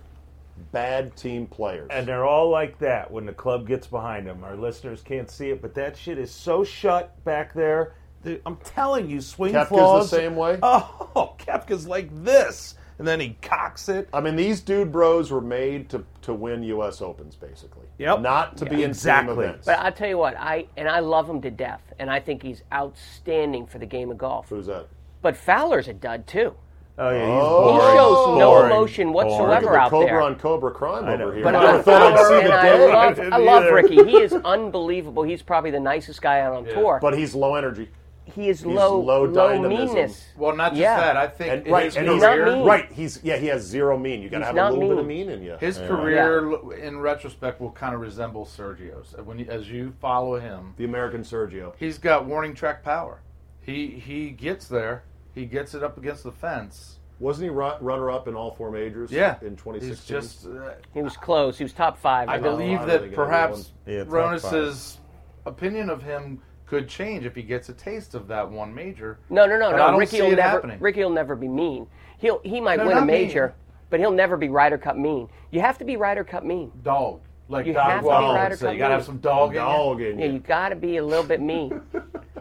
Speaker 1: bad team players.
Speaker 7: And they're all like that when the club gets behind them. Our listeners can't see it, but that shit is so shut back there. The- I'm telling you, swing
Speaker 1: Kepka's the
Speaker 7: flaws.
Speaker 1: same way?
Speaker 4: *laughs*
Speaker 7: Oh, Kepka's like this, and then he cocks it.
Speaker 1: I mean, these dude bros were made to, to win U.S. Opens, basically.
Speaker 7: Yep.
Speaker 1: Not to be in team
Speaker 7: Exactly.
Speaker 1: events.
Speaker 6: But I'll tell you what, I and I love him to death, and I think he's outstanding for the game of golf.
Speaker 1: Who's that?
Speaker 6: But Fowler's a dud too.
Speaker 7: Oh yeah, he's
Speaker 1: Oh.
Speaker 7: boring.
Speaker 1: He shows
Speaker 6: no
Speaker 7: Boring.
Speaker 6: emotion
Speaker 1: Look
Speaker 6: whatsoever.
Speaker 1: at
Speaker 6: We're
Speaker 1: the
Speaker 6: out
Speaker 1: Cobra
Speaker 6: there.
Speaker 1: on Cobra crime
Speaker 7: I know.
Speaker 1: over here.
Speaker 6: But
Speaker 1: I
Speaker 7: I
Speaker 1: never
Speaker 6: I,
Speaker 7: don't
Speaker 1: thought I'd
Speaker 6: Fowler,
Speaker 1: see
Speaker 6: and
Speaker 1: the
Speaker 6: I
Speaker 1: day.
Speaker 6: love,
Speaker 1: *laughs*
Speaker 6: I love
Speaker 7: Either.
Speaker 6: Ricky. He is unbelievable. He's probably the nicest guy out on tour.
Speaker 1: But he's low energy.
Speaker 6: he is low,
Speaker 1: low
Speaker 6: low,
Speaker 1: dynamism.
Speaker 6: meanness.
Speaker 4: Well, not just
Speaker 6: Yeah.
Speaker 4: that. I think
Speaker 1: And,
Speaker 4: in
Speaker 1: right,
Speaker 4: his
Speaker 1: and he's,
Speaker 6: He's not
Speaker 4: career,
Speaker 6: mean.
Speaker 1: right, he's yeah, he has zero mean. You got to
Speaker 6: He's
Speaker 1: have a
Speaker 6: not
Speaker 1: little bit of
Speaker 6: mean.
Speaker 1: mean in you.
Speaker 4: his
Speaker 1: Yeah.
Speaker 4: career, l- in retrospect, will kind of resemble Sergio's. When you, as you follow him,
Speaker 1: the American Sergio.
Speaker 4: he's got warning track power. He he gets there. He gets it up against the fence.
Speaker 1: Wasn't he ru- runner-up in all four majors?
Speaker 4: Yeah,
Speaker 1: in 2016.
Speaker 4: He's just. Uh,
Speaker 6: He was close. He was top five.
Speaker 4: I
Speaker 6: in all
Speaker 4: believe
Speaker 1: I
Speaker 4: that
Speaker 1: think I
Speaker 4: perhaps
Speaker 7: Yeah, top
Speaker 4: Ronas's opinion of him could change if he gets a taste of that one major.
Speaker 6: No, no, no,
Speaker 4: But
Speaker 6: no.
Speaker 4: I don't
Speaker 6: Ricky
Speaker 4: see
Speaker 6: will
Speaker 4: it
Speaker 6: never.
Speaker 4: happening.
Speaker 6: Ricky will never be mean. He'll he might
Speaker 4: No,
Speaker 6: win a
Speaker 4: not mean.
Speaker 6: major, but he'll never be Ryder Cup mean. You have to be Ryder Cup mean.
Speaker 4: dog. Like
Speaker 6: You
Speaker 4: Don
Speaker 6: have to be
Speaker 4: Guado would
Speaker 6: Ryder
Speaker 4: say.
Speaker 6: Cup
Speaker 4: You gotta have
Speaker 6: leader.
Speaker 4: some dog,
Speaker 1: dog
Speaker 4: in
Speaker 1: in
Speaker 6: Yeah,
Speaker 1: you.
Speaker 6: you got to be a little bit mean.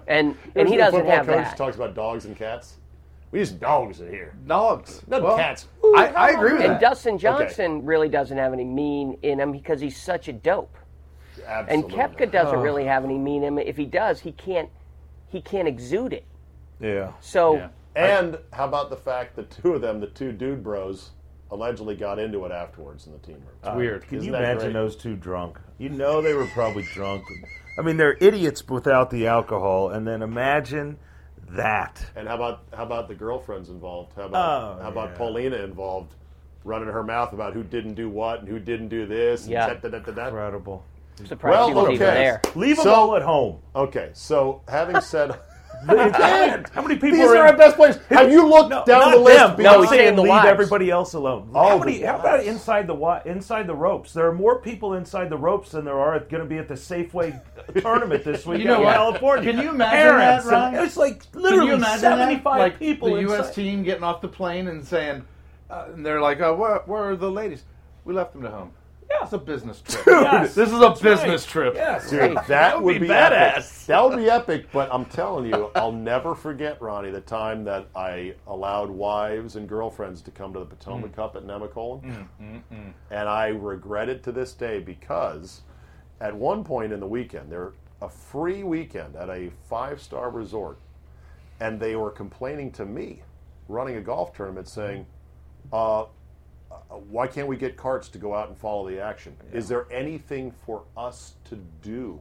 Speaker 6: And and
Speaker 1: Here's
Speaker 6: he
Speaker 1: the
Speaker 6: doesn't
Speaker 1: football
Speaker 6: have
Speaker 1: coach
Speaker 6: that.
Speaker 1: talks about dogs and cats. We just dogs in here.
Speaker 4: you. Dogs.
Speaker 1: Not cats.
Speaker 4: I, I agree with
Speaker 6: And
Speaker 4: that.
Speaker 6: Dustin Johnson really doesn't have any mean in him because he's such a dope. And
Speaker 1: Absolutely.
Speaker 6: Kepka doesn't really have any mean in him. If he does, he can't he can't exude it.
Speaker 7: Yeah.
Speaker 6: So
Speaker 4: Yeah.
Speaker 1: And how about the fact that two of them, the two dude bros, allegedly got into it afterwards in the team room.
Speaker 4: Weird.
Speaker 7: Can
Speaker 1: Isn't
Speaker 7: you
Speaker 1: that
Speaker 7: imagine
Speaker 1: great?
Speaker 7: those two drunk? You know they were probably drunk. I mean, they're idiots without the alcohol, and then imagine that.
Speaker 1: And how about how about the girlfriends involved? How about
Speaker 7: Oh,
Speaker 1: how about
Speaker 7: yeah.
Speaker 1: Paulina involved, running her mouth about who didn't do what and who didn't do this? And
Speaker 6: Yeah.
Speaker 1: da- da- da- da- da.
Speaker 7: Incredible.
Speaker 6: I'm surprised she was even there.
Speaker 7: Leave them
Speaker 1: So-
Speaker 7: all at home.
Speaker 1: Okay, so having
Speaker 7: *laughs*
Speaker 1: said, *laughs*
Speaker 7: How many people
Speaker 1: these
Speaker 7: are,
Speaker 1: are
Speaker 7: in-
Speaker 1: our best players. Have you looked
Speaker 7: No,
Speaker 1: down
Speaker 7: not
Speaker 1: the list?
Speaker 7: them.
Speaker 1: Be-
Speaker 6: No,
Speaker 7: No,
Speaker 6: he's
Speaker 7: I'm saying
Speaker 6: saying the
Speaker 7: leave
Speaker 6: wives.
Speaker 7: everybody else alone.
Speaker 1: Oh,
Speaker 7: how,
Speaker 1: the
Speaker 7: many, how about inside the wa- inside the ropes? There are more people inside the ropes than there are going to be at the
Speaker 1: *laughs*
Speaker 7: Safeway tournament this week
Speaker 4: You know
Speaker 7: in
Speaker 4: what?
Speaker 7: California.
Speaker 4: Can you imagine that,
Speaker 7: Parents and-
Speaker 4: Ryan?
Speaker 7: It's like
Speaker 4: Can you
Speaker 7: literally
Speaker 4: imagine that?
Speaker 7: seventy-five
Speaker 4: like
Speaker 7: people.
Speaker 4: The U.S.
Speaker 7: inside.
Speaker 4: team getting off the plane and saying, uh, and they're like, oh, where, where are the ladies? We left them to home. Yeah, it's a business trip.
Speaker 7: Yes.
Speaker 4: *laughs* This is a business trip.
Speaker 7: Yes.
Speaker 1: Dude, that,
Speaker 7: would
Speaker 1: would
Speaker 7: be
Speaker 1: be, epic.
Speaker 7: badass.
Speaker 1: That would be epic. But I'm telling you, I'll never forget, Ronnie, the time that I allowed wives and girlfriends to come to the Potomac
Speaker 7: Mm.
Speaker 1: Cup at Nemacolin, and I regret it to this day because at one point in the weekend, there a free weekend at a five-star resort, and they were complaining to me, running a golf tournament, saying. Uh, why can't we get carts to go out and follow the action? Is there anything for us to do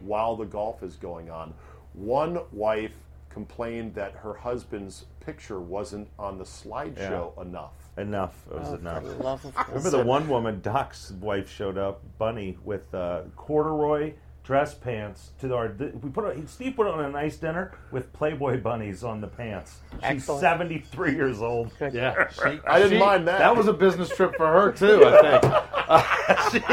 Speaker 1: while the golf is going on? One wife complained that her husband's picture wasn't on the slideshow enough.
Speaker 7: Enough. It was enough.
Speaker 6: Oh, Love of
Speaker 7: Remember the one woman, Doc's wife showed up, Bunny, with uh, corduroy dress pants to our. th- We put on, Steve put on a nice dinner with Playboy bunnies on the pants. She's
Speaker 6: Excellent.
Speaker 7: 73 years old.
Speaker 6: *laughs*
Speaker 4: Yeah. She-
Speaker 1: I didn't
Speaker 4: she-
Speaker 1: mind that.
Speaker 4: That was a business trip for her too. I
Speaker 7: *laughs*
Speaker 4: think.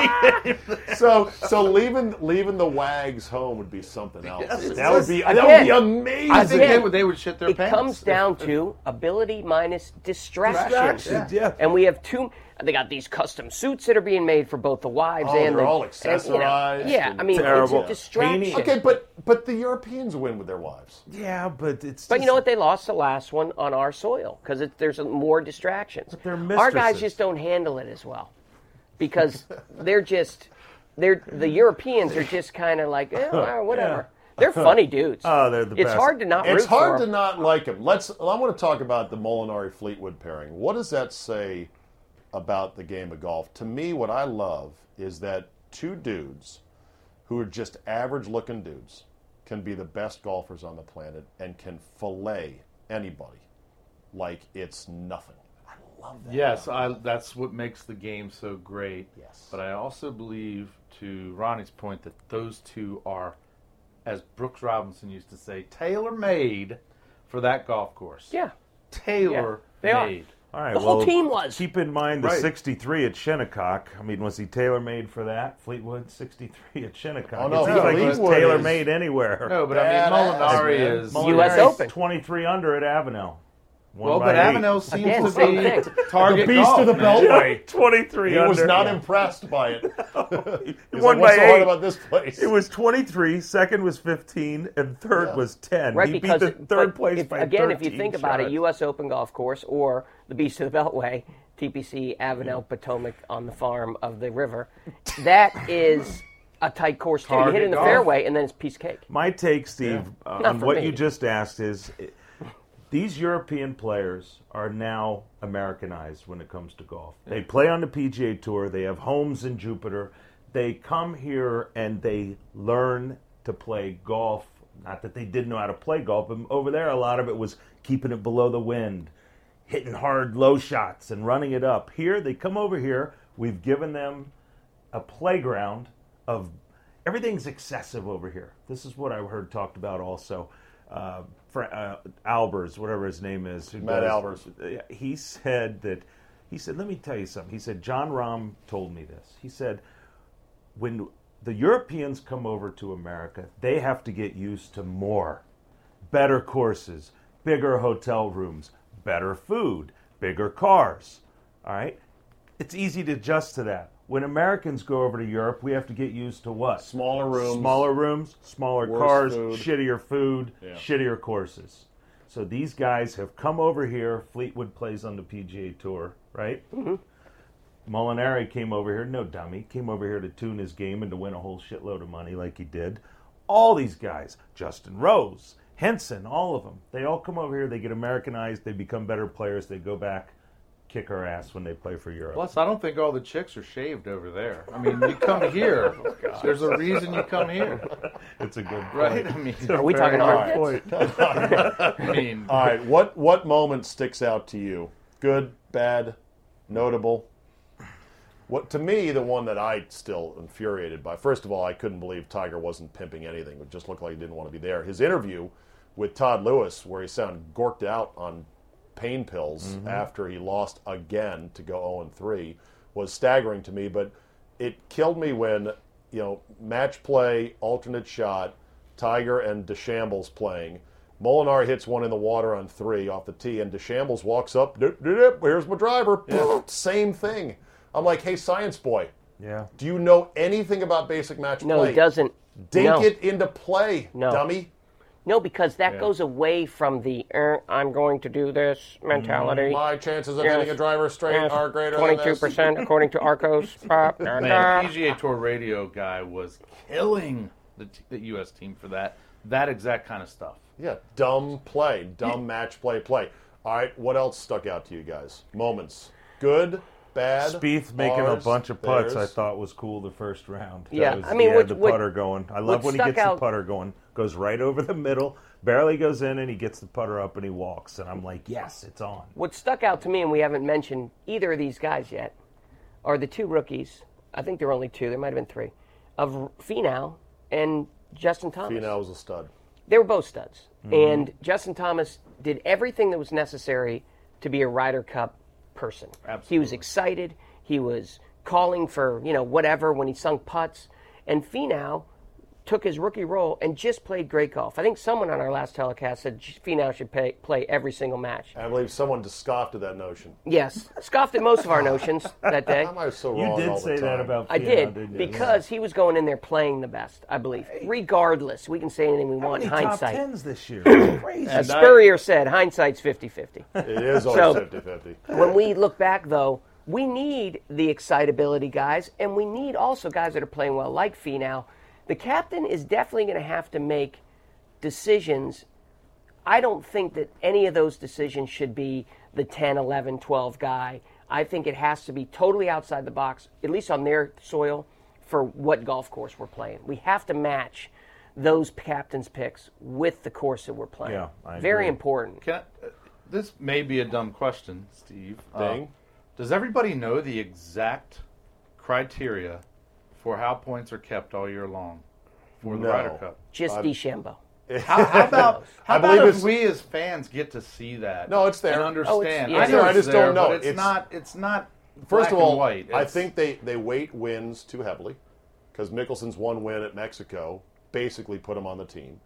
Speaker 1: so so leaving leaving the wags home would be something else. that would *laughs* be that would
Speaker 6: Again,
Speaker 1: be amazing.
Speaker 4: I think
Speaker 6: Again,
Speaker 4: they would. They would shit their
Speaker 6: It
Speaker 4: pants.
Speaker 6: comes down to ability minus distraction.
Speaker 7: Distraction, yeah.
Speaker 6: And we have two. They got these custom suits that are being made for both the wives
Speaker 1: Oh,
Speaker 6: and
Speaker 1: they're
Speaker 6: the,
Speaker 1: all
Speaker 6: and, you know,
Speaker 1: accessorized
Speaker 6: yeah,
Speaker 1: and-
Speaker 6: I mean,
Speaker 7: Terrible.
Speaker 6: it's a distraction.
Speaker 7: Painting.
Speaker 1: okay, but but the Europeans win with their wives.
Speaker 7: Yeah, but it's.
Speaker 6: But you
Speaker 7: just-
Speaker 6: know what? They lost the last one on our soil because there's more distractions.
Speaker 7: they're
Speaker 6: our guys
Speaker 7: mistresses.
Speaker 6: just don't handle it as well because *laughs* they're just they're the Europeans are just kind of like eh,
Speaker 7: *laughs*
Speaker 6: all right, whatever. They're funny dudes.
Speaker 7: Oh, they're the
Speaker 6: It's
Speaker 7: best.
Speaker 6: hard to not.
Speaker 1: It's
Speaker 6: root
Speaker 1: hard to
Speaker 6: for 'em.
Speaker 1: not like him. Let's. I want to talk about the Molinari Fleetwood pairing. What does that say about the game of golf? To me, what I love is that two dudes who are just average-looking dudes can be the best golfers on the planet and can fillet anybody like it's nothing. I love that.
Speaker 4: Yes, I, that's what makes the game so great.
Speaker 1: Yes.
Speaker 4: But I also believe, to Ronnie's point, that those two are, as Brooks Robinson used to say, tailor made for that golf course.
Speaker 6: Yeah,
Speaker 4: Tailor
Speaker 6: they are.
Speaker 4: made.
Speaker 7: All right,
Speaker 6: The whole
Speaker 7: well,
Speaker 6: team was.
Speaker 7: Keep in mind the
Speaker 4: Right.
Speaker 7: 63 at Shinnecock. I mean, was he tailor made for that? Fleetwood 63 at Shinnecock.
Speaker 1: Oh, no,
Speaker 7: it seems like he's
Speaker 1: Fleetwood
Speaker 7: tailor
Speaker 1: is-
Speaker 7: made anywhere.
Speaker 4: No, but I mean,
Speaker 1: Badass,
Speaker 4: Molinari
Speaker 1: man.
Speaker 4: is.
Speaker 7: Molinari's
Speaker 6: U.S. Open.
Speaker 7: 23 under at Avenel. Won
Speaker 4: Well,
Speaker 7: by
Speaker 4: but
Speaker 7: eight. *laughs*
Speaker 4: Avenel seems
Speaker 6: Again, same
Speaker 4: to
Speaker 6: thing.
Speaker 4: be target
Speaker 1: The beast
Speaker 4: golf,
Speaker 1: of the
Speaker 4: man.
Speaker 1: Beltway.
Speaker 7: 23
Speaker 1: He
Speaker 7: under.
Speaker 1: was not impressed by
Speaker 7: *laughs*
Speaker 1: it. He's
Speaker 7: One
Speaker 1: like, What's
Speaker 7: by
Speaker 1: so hard
Speaker 7: eight.
Speaker 1: about this place?
Speaker 7: It was 23, second was 15, and third
Speaker 1: Yeah.
Speaker 7: was 10.
Speaker 6: right.
Speaker 7: he beat
Speaker 6: because
Speaker 7: the third
Speaker 6: but
Speaker 7: place
Speaker 6: if-
Speaker 7: by
Speaker 6: again, if you
Speaker 7: 13
Speaker 6: think about it,
Speaker 7: shots.
Speaker 6: U.S. Open golf course or the Beast of the Beltway, TPC
Speaker 7: Mm.
Speaker 6: Avenel Potomac on the farm of the river, that is a tight course too. You hit
Speaker 4: Target
Speaker 6: it in the
Speaker 4: golf.
Speaker 6: fairway and then it's piece cake.
Speaker 7: My take, Steve, uh,
Speaker 6: Not
Speaker 7: on
Speaker 6: for
Speaker 7: what
Speaker 6: me.
Speaker 7: you just asked is eh, these European players are now Americanized when it comes to golf. They play on the PGA Tour, they have homes in Jupiter. They come here and they learn to play golf. Not that they didn't know how to play golf, but over there, a lot of it was keeping it below the wind, hitting hard low shots, and running it up. Here, they come over here, we've given them a playground of everything's excessive over here. This is what I heard talked about also. Uh, Fra uh, Albers, whatever his name is, who
Speaker 1: Matt
Speaker 7: Albers. He said that. He said, "Let me tell you something." He said, "John Rahm told me this." He said, "When the Europeans come over to America, they have to get used to more, better courses, bigger hotel rooms, better food, bigger cars. All right, it's easy to adjust to that. When Americans go over to Europe, we have to get used to what?
Speaker 1: Smaller rooms.
Speaker 7: Smaller rooms, smaller
Speaker 1: Worse
Speaker 7: cars,
Speaker 1: food.
Speaker 7: shittier food, shittier courses. So these guys have come over here. Fleetwood plays on the PGA Tour, right? Molinari came over here, no dummy, came over here to tune his game and to win a whole shitload of money like he did. All these guys, Justin Rose, Henson, all of them, they all come over here, they get Americanized, they become better players, they go back kick our ass when they play for Europe.
Speaker 4: Plus, I don't think all the chicks are shaved over there. I mean, you come here. There's a reason you come here,
Speaker 7: it's a good point.
Speaker 4: right? I mean,
Speaker 6: Are we talking hard?
Speaker 7: Point. *laughs*
Speaker 4: I mean,
Speaker 1: All right, what what moment sticks out to you? Good, bad, notable. What to me, the one that I still infuriated by. First of all, I couldn't believe Tiger wasn't pimping anything. It just looked like he didn't want to be there. His interview with Todd Lewis, where he sounded gorked out on pain pills
Speaker 6: Mm-hmm.
Speaker 1: after he lost again to go 0 3, was staggering to me. But it killed me when you know match play, alternate shot, Tiger and DeShambles playing. Molinar hits one in the water on three off the tee, and DeShambles walks up. Doop, doop, doop, here's my driver. *laughs* Same thing. I'm like, hey, science boy,
Speaker 7: Yeah.
Speaker 1: do you know anything about basic match
Speaker 6: No,
Speaker 1: play?
Speaker 6: he doesn't.
Speaker 1: Dink
Speaker 6: no.
Speaker 1: it into play,
Speaker 6: No.
Speaker 1: dummy.
Speaker 6: No, because that goes away from the er, I'm going to do this mentality.
Speaker 1: Mm, My chances of
Speaker 6: Yes.
Speaker 1: hitting a driver straight
Speaker 6: Yes,
Speaker 1: are greater than this. *laughs*
Speaker 6: 22% according to Arcos. Pop, da, da.
Speaker 4: man, PGA Tour radio guy was killing the, t- the U.S. team for that that exact kind of stuff.
Speaker 1: Yeah, dumb play, dumb match play, play. All right, what else stuck out to you guys? Moments, good, bad.
Speaker 7: Spieth making
Speaker 1: ours,
Speaker 7: a bunch of putts
Speaker 1: theirs.
Speaker 7: I thought was cool the first round. That
Speaker 6: Yeah,
Speaker 7: was-
Speaker 6: I mean,
Speaker 7: he had
Speaker 6: what-
Speaker 7: the
Speaker 6: what-
Speaker 7: putter going. I love
Speaker 6: what
Speaker 7: when he
Speaker 6: stuck
Speaker 7: gets the
Speaker 6: out-
Speaker 7: putter going. Goes right over the middle, barely goes in, and he gets the putter up and he walks. And I'm like, yes, it's on.
Speaker 6: What stuck out to me, and we haven't mentioned either of these guys yet, are the two rookies. I think there were only two. There might have been three. Of Finau and Justin Thomas.
Speaker 1: Finau was a stud.
Speaker 6: They were both studs. And Justin Thomas did everything that was necessary to be a Ryder Cup person. He was excited. He was calling for, you know, whatever when he sunk putts. And Finau took his rookie role and just played great golf. I think someone on our last telecast said Finau should pay, play every single match.
Speaker 1: I believe someone scoffed at that notion.
Speaker 6: Yes, scoffed at most of our notions that day.
Speaker 1: Am I so
Speaker 7: You
Speaker 1: wrong all
Speaker 7: did
Speaker 1: the
Speaker 7: say
Speaker 1: time?
Speaker 7: that about
Speaker 6: I
Speaker 7: Fiona,
Speaker 6: did
Speaker 7: didn't you?
Speaker 6: because he was going in there playing the best, I believe. Regardless, we can say anything we
Speaker 7: How
Speaker 6: want
Speaker 7: many
Speaker 6: in
Speaker 7: top
Speaker 6: hindsight.
Speaker 7: tens
Speaker 6: *clears throat*
Speaker 7: this year? It's crazy.
Speaker 6: As Spurrier said, hindsight's 50
Speaker 7: *laughs*
Speaker 6: 50.
Speaker 1: It is
Speaker 6: *laughs* So-
Speaker 1: always 50 50.
Speaker 6: when we look back, though, we need the excitability guys, and we need also guys that are playing well, like Finau. The captain is definitely going to have to make decisions. I don't think that any of those decisions should be the 10, 11, 12 guy. I think it has to be totally outside the box, at least on their soil, for what golf course we're playing. We have to match those captain's picks with the course that we're playing.
Speaker 7: Yeah, I
Speaker 6: Very
Speaker 7: agree.
Speaker 6: important.
Speaker 4: Can I, uh, this may be a dumb question, Steve. Uh,
Speaker 1: Ding.
Speaker 4: does everybody know the exact criteria for how points are kept all year long for the
Speaker 1: No.
Speaker 4: Ryder
Speaker 1: *laughs*
Speaker 4: Cup?
Speaker 6: Just DeChambeau.
Speaker 4: How, how about how
Speaker 1: I
Speaker 4: about
Speaker 1: believe
Speaker 4: if
Speaker 1: it's-
Speaker 4: we as fans get to see that?
Speaker 1: No, it's there.
Speaker 4: And
Speaker 1: Oh, it's-
Speaker 4: understand.
Speaker 6: yeah.
Speaker 4: I
Speaker 6: It's there,
Speaker 4: know
Speaker 1: I
Speaker 4: it's
Speaker 1: just
Speaker 4: there,
Speaker 1: don't know.
Speaker 4: But it's,
Speaker 1: It's-
Speaker 4: not. It's not.
Speaker 1: First
Speaker 4: black
Speaker 1: of all,
Speaker 4: and white.
Speaker 1: I
Speaker 4: It's-
Speaker 1: think they, they weight wins too heavily because Mickelson's one win at Mexico basically put him on the team.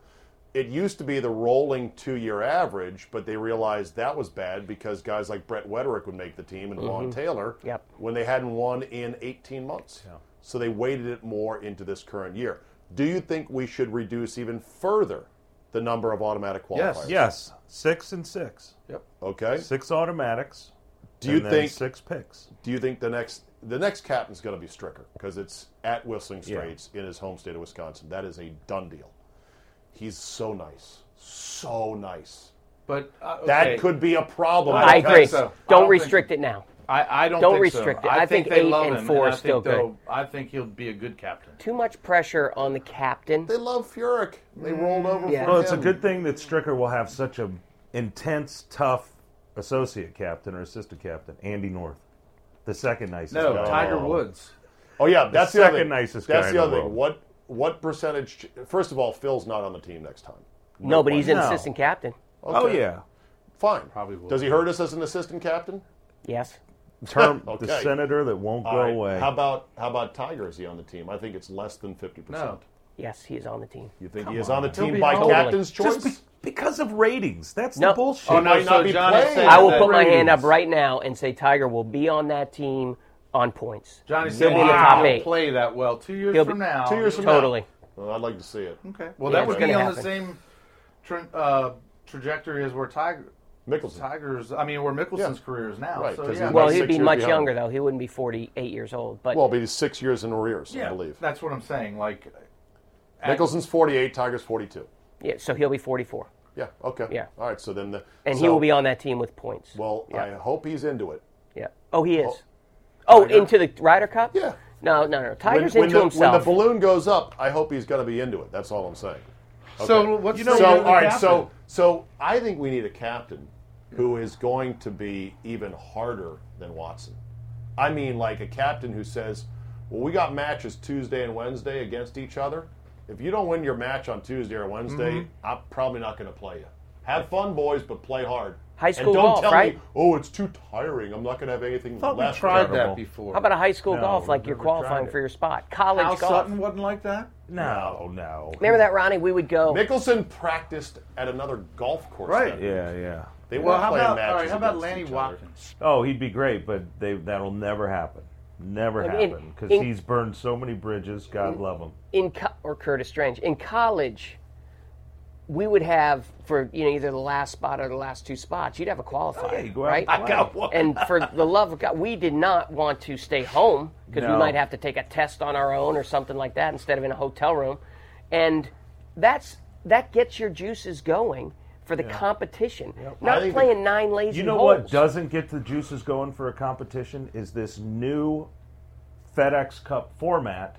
Speaker 1: It used to be the rolling two year average, but they realized that was bad because guys like Brett Wederick would make the team and
Speaker 4: Mm-hmm.
Speaker 1: Vaughn Taylor
Speaker 6: Yep.
Speaker 1: when they hadn't won in 18 months. So they weighted it more into this current year. Do you think we should reduce even further the number of automatic qualifiers?
Speaker 4: Yes.
Speaker 7: yes, six and six,
Speaker 1: Okay.
Speaker 7: six automatics.
Speaker 1: Do you
Speaker 7: and then
Speaker 1: think-
Speaker 7: six picks?
Speaker 1: Do you think the next the next captain's going to be Stricker because it's at Whistling Straits in his home state of Wisconsin? That is a done deal. He's so nice, so nice.
Speaker 4: But uh,
Speaker 1: That
Speaker 4: okay.
Speaker 1: could be a problem.
Speaker 6: I
Speaker 4: I don't
Speaker 1: because-
Speaker 6: agree.
Speaker 4: think so. I
Speaker 6: Don't
Speaker 4: don't
Speaker 6: restrict
Speaker 4: think-
Speaker 6: it now.
Speaker 4: I, I don't,
Speaker 6: Don't
Speaker 4: think so.
Speaker 6: restrict it.
Speaker 4: I,
Speaker 6: I
Speaker 4: think,
Speaker 6: think
Speaker 4: they
Speaker 6: eight
Speaker 4: love
Speaker 6: and
Speaker 4: him,
Speaker 6: four
Speaker 4: I
Speaker 6: is
Speaker 4: think
Speaker 6: still good.
Speaker 4: they'll- I think he'll be a good captain.
Speaker 6: Too much pressure on the captain.
Speaker 1: They love Furyk. They
Speaker 4: Mm,
Speaker 1: rolled over.
Speaker 6: Yeah.
Speaker 1: For
Speaker 7: Well, it's a
Speaker 1: him.
Speaker 7: good thing that Stricker will have such a intense, tough associate captain or assistant captain, Andy North, the second nicest
Speaker 4: No,
Speaker 7: guy.
Speaker 4: Tiger Woods.
Speaker 1: Oh yeah, that's the,
Speaker 7: second
Speaker 1: other thing.
Speaker 7: nicest
Speaker 1: That's the
Speaker 7: guy in the
Speaker 1: other thing.
Speaker 7: world.
Speaker 1: What what percentage? First of all, Phil's not on the team next time.
Speaker 6: no, but he's an
Speaker 7: No.
Speaker 6: assistant captain.
Speaker 7: Oh
Speaker 1: Okay.
Speaker 7: yeah,
Speaker 1: Fine.
Speaker 4: Probably will.
Speaker 1: Does he hurt us as an assistant captain?
Speaker 6: Yes.
Speaker 1: *laughs*
Speaker 7: term the
Speaker 1: Okay.
Speaker 7: senator that won't go
Speaker 1: All right.
Speaker 7: away.
Speaker 1: How about how about Tiger? Is he on the team? I think it's less than fifty
Speaker 4: No.
Speaker 1: percent.
Speaker 6: Yes, he is on the team.
Speaker 1: You think he is on the
Speaker 4: He'll
Speaker 1: team
Speaker 4: be
Speaker 1: by
Speaker 4: totally.
Speaker 1: captain's choice?
Speaker 7: Just be- because of ratings. That's
Speaker 6: No.
Speaker 7: the bullshit.
Speaker 4: Oh, no,
Speaker 1: might not
Speaker 4: so
Speaker 1: be
Speaker 4: John
Speaker 1: playing.
Speaker 4: is saying
Speaker 6: I will
Speaker 4: that-
Speaker 6: put my hand up
Speaker 7: Ratings.
Speaker 6: right now and say Tiger will be on that team on points.
Speaker 4: Johnny said
Speaker 6: be in the
Speaker 4: wow,
Speaker 6: top
Speaker 4: he'll
Speaker 6: eight.
Speaker 4: play that well. Two years
Speaker 6: He'll be-
Speaker 4: from now.
Speaker 1: two years from
Speaker 6: Totally.
Speaker 1: Well, I'd like to see it.
Speaker 4: Okay. Well,
Speaker 6: Yeah,
Speaker 4: that would
Speaker 6: it's
Speaker 4: be
Speaker 6: gonna
Speaker 4: on the
Speaker 6: happen.
Speaker 4: same tra- uh, trajectory as where Tiger,
Speaker 1: Mickelson.
Speaker 4: Tigers. I mean, where Mickelson's
Speaker 1: Yeah.
Speaker 4: career is now.
Speaker 1: Right,
Speaker 4: So,
Speaker 1: 'cause
Speaker 4: yeah.
Speaker 1: he's
Speaker 6: Well,
Speaker 1: Like
Speaker 6: he'd
Speaker 1: six
Speaker 6: be
Speaker 1: years
Speaker 6: much
Speaker 1: behind.
Speaker 6: younger, though. He wouldn't be 48 years old. But
Speaker 1: Well, but he's six years in arrears, I
Speaker 4: yeah,
Speaker 1: believe.
Speaker 4: That's what I'm saying. Like,
Speaker 1: Mickelson's 48, Tiger's 42.
Speaker 6: yeah, so he'll be 44.
Speaker 1: Yeah, okay.
Speaker 6: Yeah.
Speaker 1: All right, so then the.
Speaker 6: And
Speaker 1: so-
Speaker 6: he will be on that team with points.
Speaker 1: Well, I hope he's into it.
Speaker 6: Yeah. Oh, he is. Oh, into the Ryder Cup?
Speaker 1: Yeah.
Speaker 6: No, no, no.
Speaker 1: When,
Speaker 6: Tiger's
Speaker 1: when
Speaker 6: into
Speaker 1: the, when
Speaker 6: himself.
Speaker 1: the balloon goes up, I hope he's going to be into it. That's all I'm saying.
Speaker 4: So what's the
Speaker 1: so
Speaker 4: year
Speaker 1: all
Speaker 4: of the
Speaker 1: right, so
Speaker 4: captain?
Speaker 1: so I think we need a captain who is going to be even harder than Watson. I mean, like a captain who says, "Well, we got matches Tuesday and Wednesday against each other. If you don't win your match on Tuesday or Wednesday,
Speaker 4: Mm-hmm.
Speaker 1: I'm probably not going to play you. Have fun, boys, but play hard.
Speaker 6: High
Speaker 1: and
Speaker 6: school
Speaker 1: don't
Speaker 6: golf,
Speaker 1: tell
Speaker 6: right?
Speaker 1: me, oh, it's too tiring. I'm not going to have anything
Speaker 4: I thought we
Speaker 1: left."
Speaker 4: tried
Speaker 7: Terrible.
Speaker 4: that before.
Speaker 6: How about a high school
Speaker 7: No,
Speaker 6: golf like
Speaker 7: we've
Speaker 6: you're
Speaker 7: never tried
Speaker 6: qualifying
Speaker 7: it.
Speaker 6: for your spot? College
Speaker 4: Al
Speaker 6: golf.
Speaker 4: Sutton wasn't like that?
Speaker 7: No, no.
Speaker 6: Remember that, Ronnie? We would go.
Speaker 1: Mickelson practiced at another golf course.
Speaker 4: Right.
Speaker 1: that week.
Speaker 7: Yeah, yeah.
Speaker 1: They
Speaker 4: Well,
Speaker 1: weren't
Speaker 4: how
Speaker 1: playing
Speaker 4: about
Speaker 1: matches.
Speaker 4: all right, how about
Speaker 1: against
Speaker 4: Lanny
Speaker 1: each other.
Speaker 4: Watkins?
Speaker 7: Oh, he'd be great, but they that'll never happen. Never
Speaker 6: I mean,
Speaker 7: happen because
Speaker 6: in-
Speaker 7: he's burned so many bridges. God love him.
Speaker 6: in co- or Curtis Strange in college, we would have for you know either the last spot or the last two spots. You'd have a qualifier,
Speaker 7: Oh, you go out
Speaker 6: right?
Speaker 7: and I got play. one.
Speaker 6: And for the love of God, we did not want to stay home because
Speaker 7: No.
Speaker 6: we might have to take a test on our own or something like that instead of in a hotel room, and that's that gets your juices going for the competition.
Speaker 1: I
Speaker 6: Not
Speaker 1: think
Speaker 6: playing nine lazy
Speaker 7: You know
Speaker 6: holes.
Speaker 7: what doesn't get the juices going for a competition is this new FedEx Cup format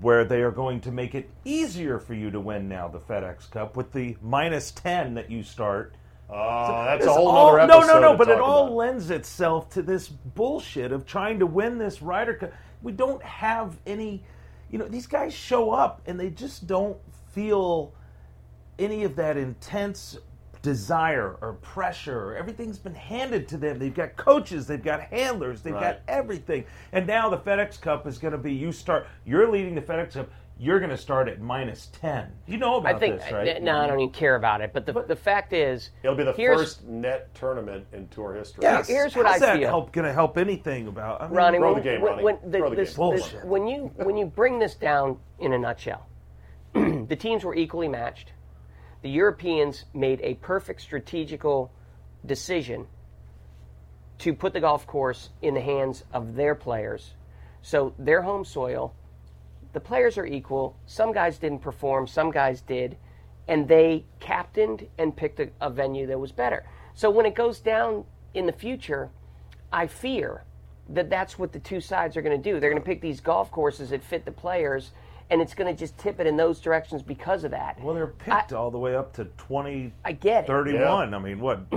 Speaker 7: where they are going to make it easier for you to win now the FedEx Cup with the minus 10 that you start. *laughs*
Speaker 1: Oh, that's a
Speaker 7: It's
Speaker 1: whole
Speaker 7: all-
Speaker 1: other
Speaker 7: no,
Speaker 1: episode.
Speaker 7: no, no,
Speaker 1: to
Speaker 7: but it
Speaker 1: talk
Speaker 7: all
Speaker 1: about.
Speaker 7: lends itself to this bullshit of trying to win this Ryder Cup. We don't have any, you know, these guys show up and they just don't feel any of that intense desire or pressure. Everything's been handed to them. They've got coaches, they've got handlers, they've got
Speaker 1: Right.
Speaker 7: everything. And now the FedEx Cup is going to be you start, you're leading the FedEx Cup. You're going to start at minus 10. You know
Speaker 6: I
Speaker 7: about
Speaker 6: think uh,
Speaker 7: this, right?
Speaker 6: no, I don't even care about it. But the, the fact is,
Speaker 1: It'll be the
Speaker 6: here's-
Speaker 1: first net tournament in tour history.
Speaker 7: Yes.
Speaker 6: Here's what
Speaker 7: How's
Speaker 6: I
Speaker 7: that
Speaker 6: feel.
Speaker 7: help going to help anything about? I mean,
Speaker 6: Ronnie,
Speaker 1: Throw
Speaker 6: when,
Speaker 1: the game,
Speaker 6: when-
Speaker 1: Ronnie.
Speaker 6: when the-
Speaker 1: Throw the
Speaker 6: this-
Speaker 1: game.
Speaker 6: this-
Speaker 7: Bullshit.
Speaker 6: when you when you bring this down in a nutshell, *clears throat* the teams were equally matched. The Europeans made a perfect strategical decision to put the golf course in the hands of their players. So their home soil, the players are equal. Some guys didn't perform, some guys did, and they captained and picked a, a venue that was better. So when it goes down in the future, I fear that that's what the two sides are going to do. They're going to pick these golf courses that fit the players, and it's going to just tip it in those directions because of that.
Speaker 7: Well, they're picked all the way up to twenty.
Speaker 6: I get it.
Speaker 7: 31. I
Speaker 6: *clears throat*
Speaker 7: mean, what?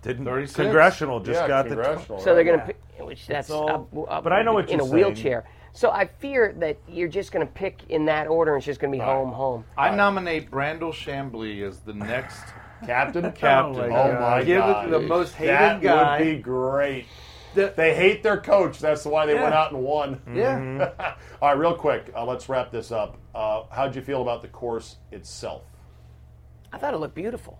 Speaker 7: Didn't
Speaker 4: 36.
Speaker 7: congressional just
Speaker 1: Yeah,
Speaker 7: got
Speaker 1: congressional,
Speaker 6: So they're
Speaker 1: right?
Speaker 6: going to, which that's,
Speaker 7: all-
Speaker 6: up- up
Speaker 7: but I know what
Speaker 6: in
Speaker 7: you're
Speaker 6: a
Speaker 7: saying.
Speaker 6: wheelchair. So I fear that you're just going to pick in that order, and it's just going to be home, home.
Speaker 4: I nominate Brandel Chambly as
Speaker 1: *laughs*
Speaker 4: the next
Speaker 7: *laughs*
Speaker 1: Captain,
Speaker 4: captain.
Speaker 1: Oh my
Speaker 4: God.
Speaker 1: god!
Speaker 4: Give it to the most hated
Speaker 1: that
Speaker 4: guy.
Speaker 1: would be great.
Speaker 4: The-
Speaker 1: They hate their coach. That's why they went out and won.
Speaker 7: Mm-hmm.
Speaker 4: Yeah.
Speaker 1: *laughs* All right, real quick, uh, let's wrap this up. Uh, how'd you feel about the course itself?
Speaker 6: I thought it looked beautiful.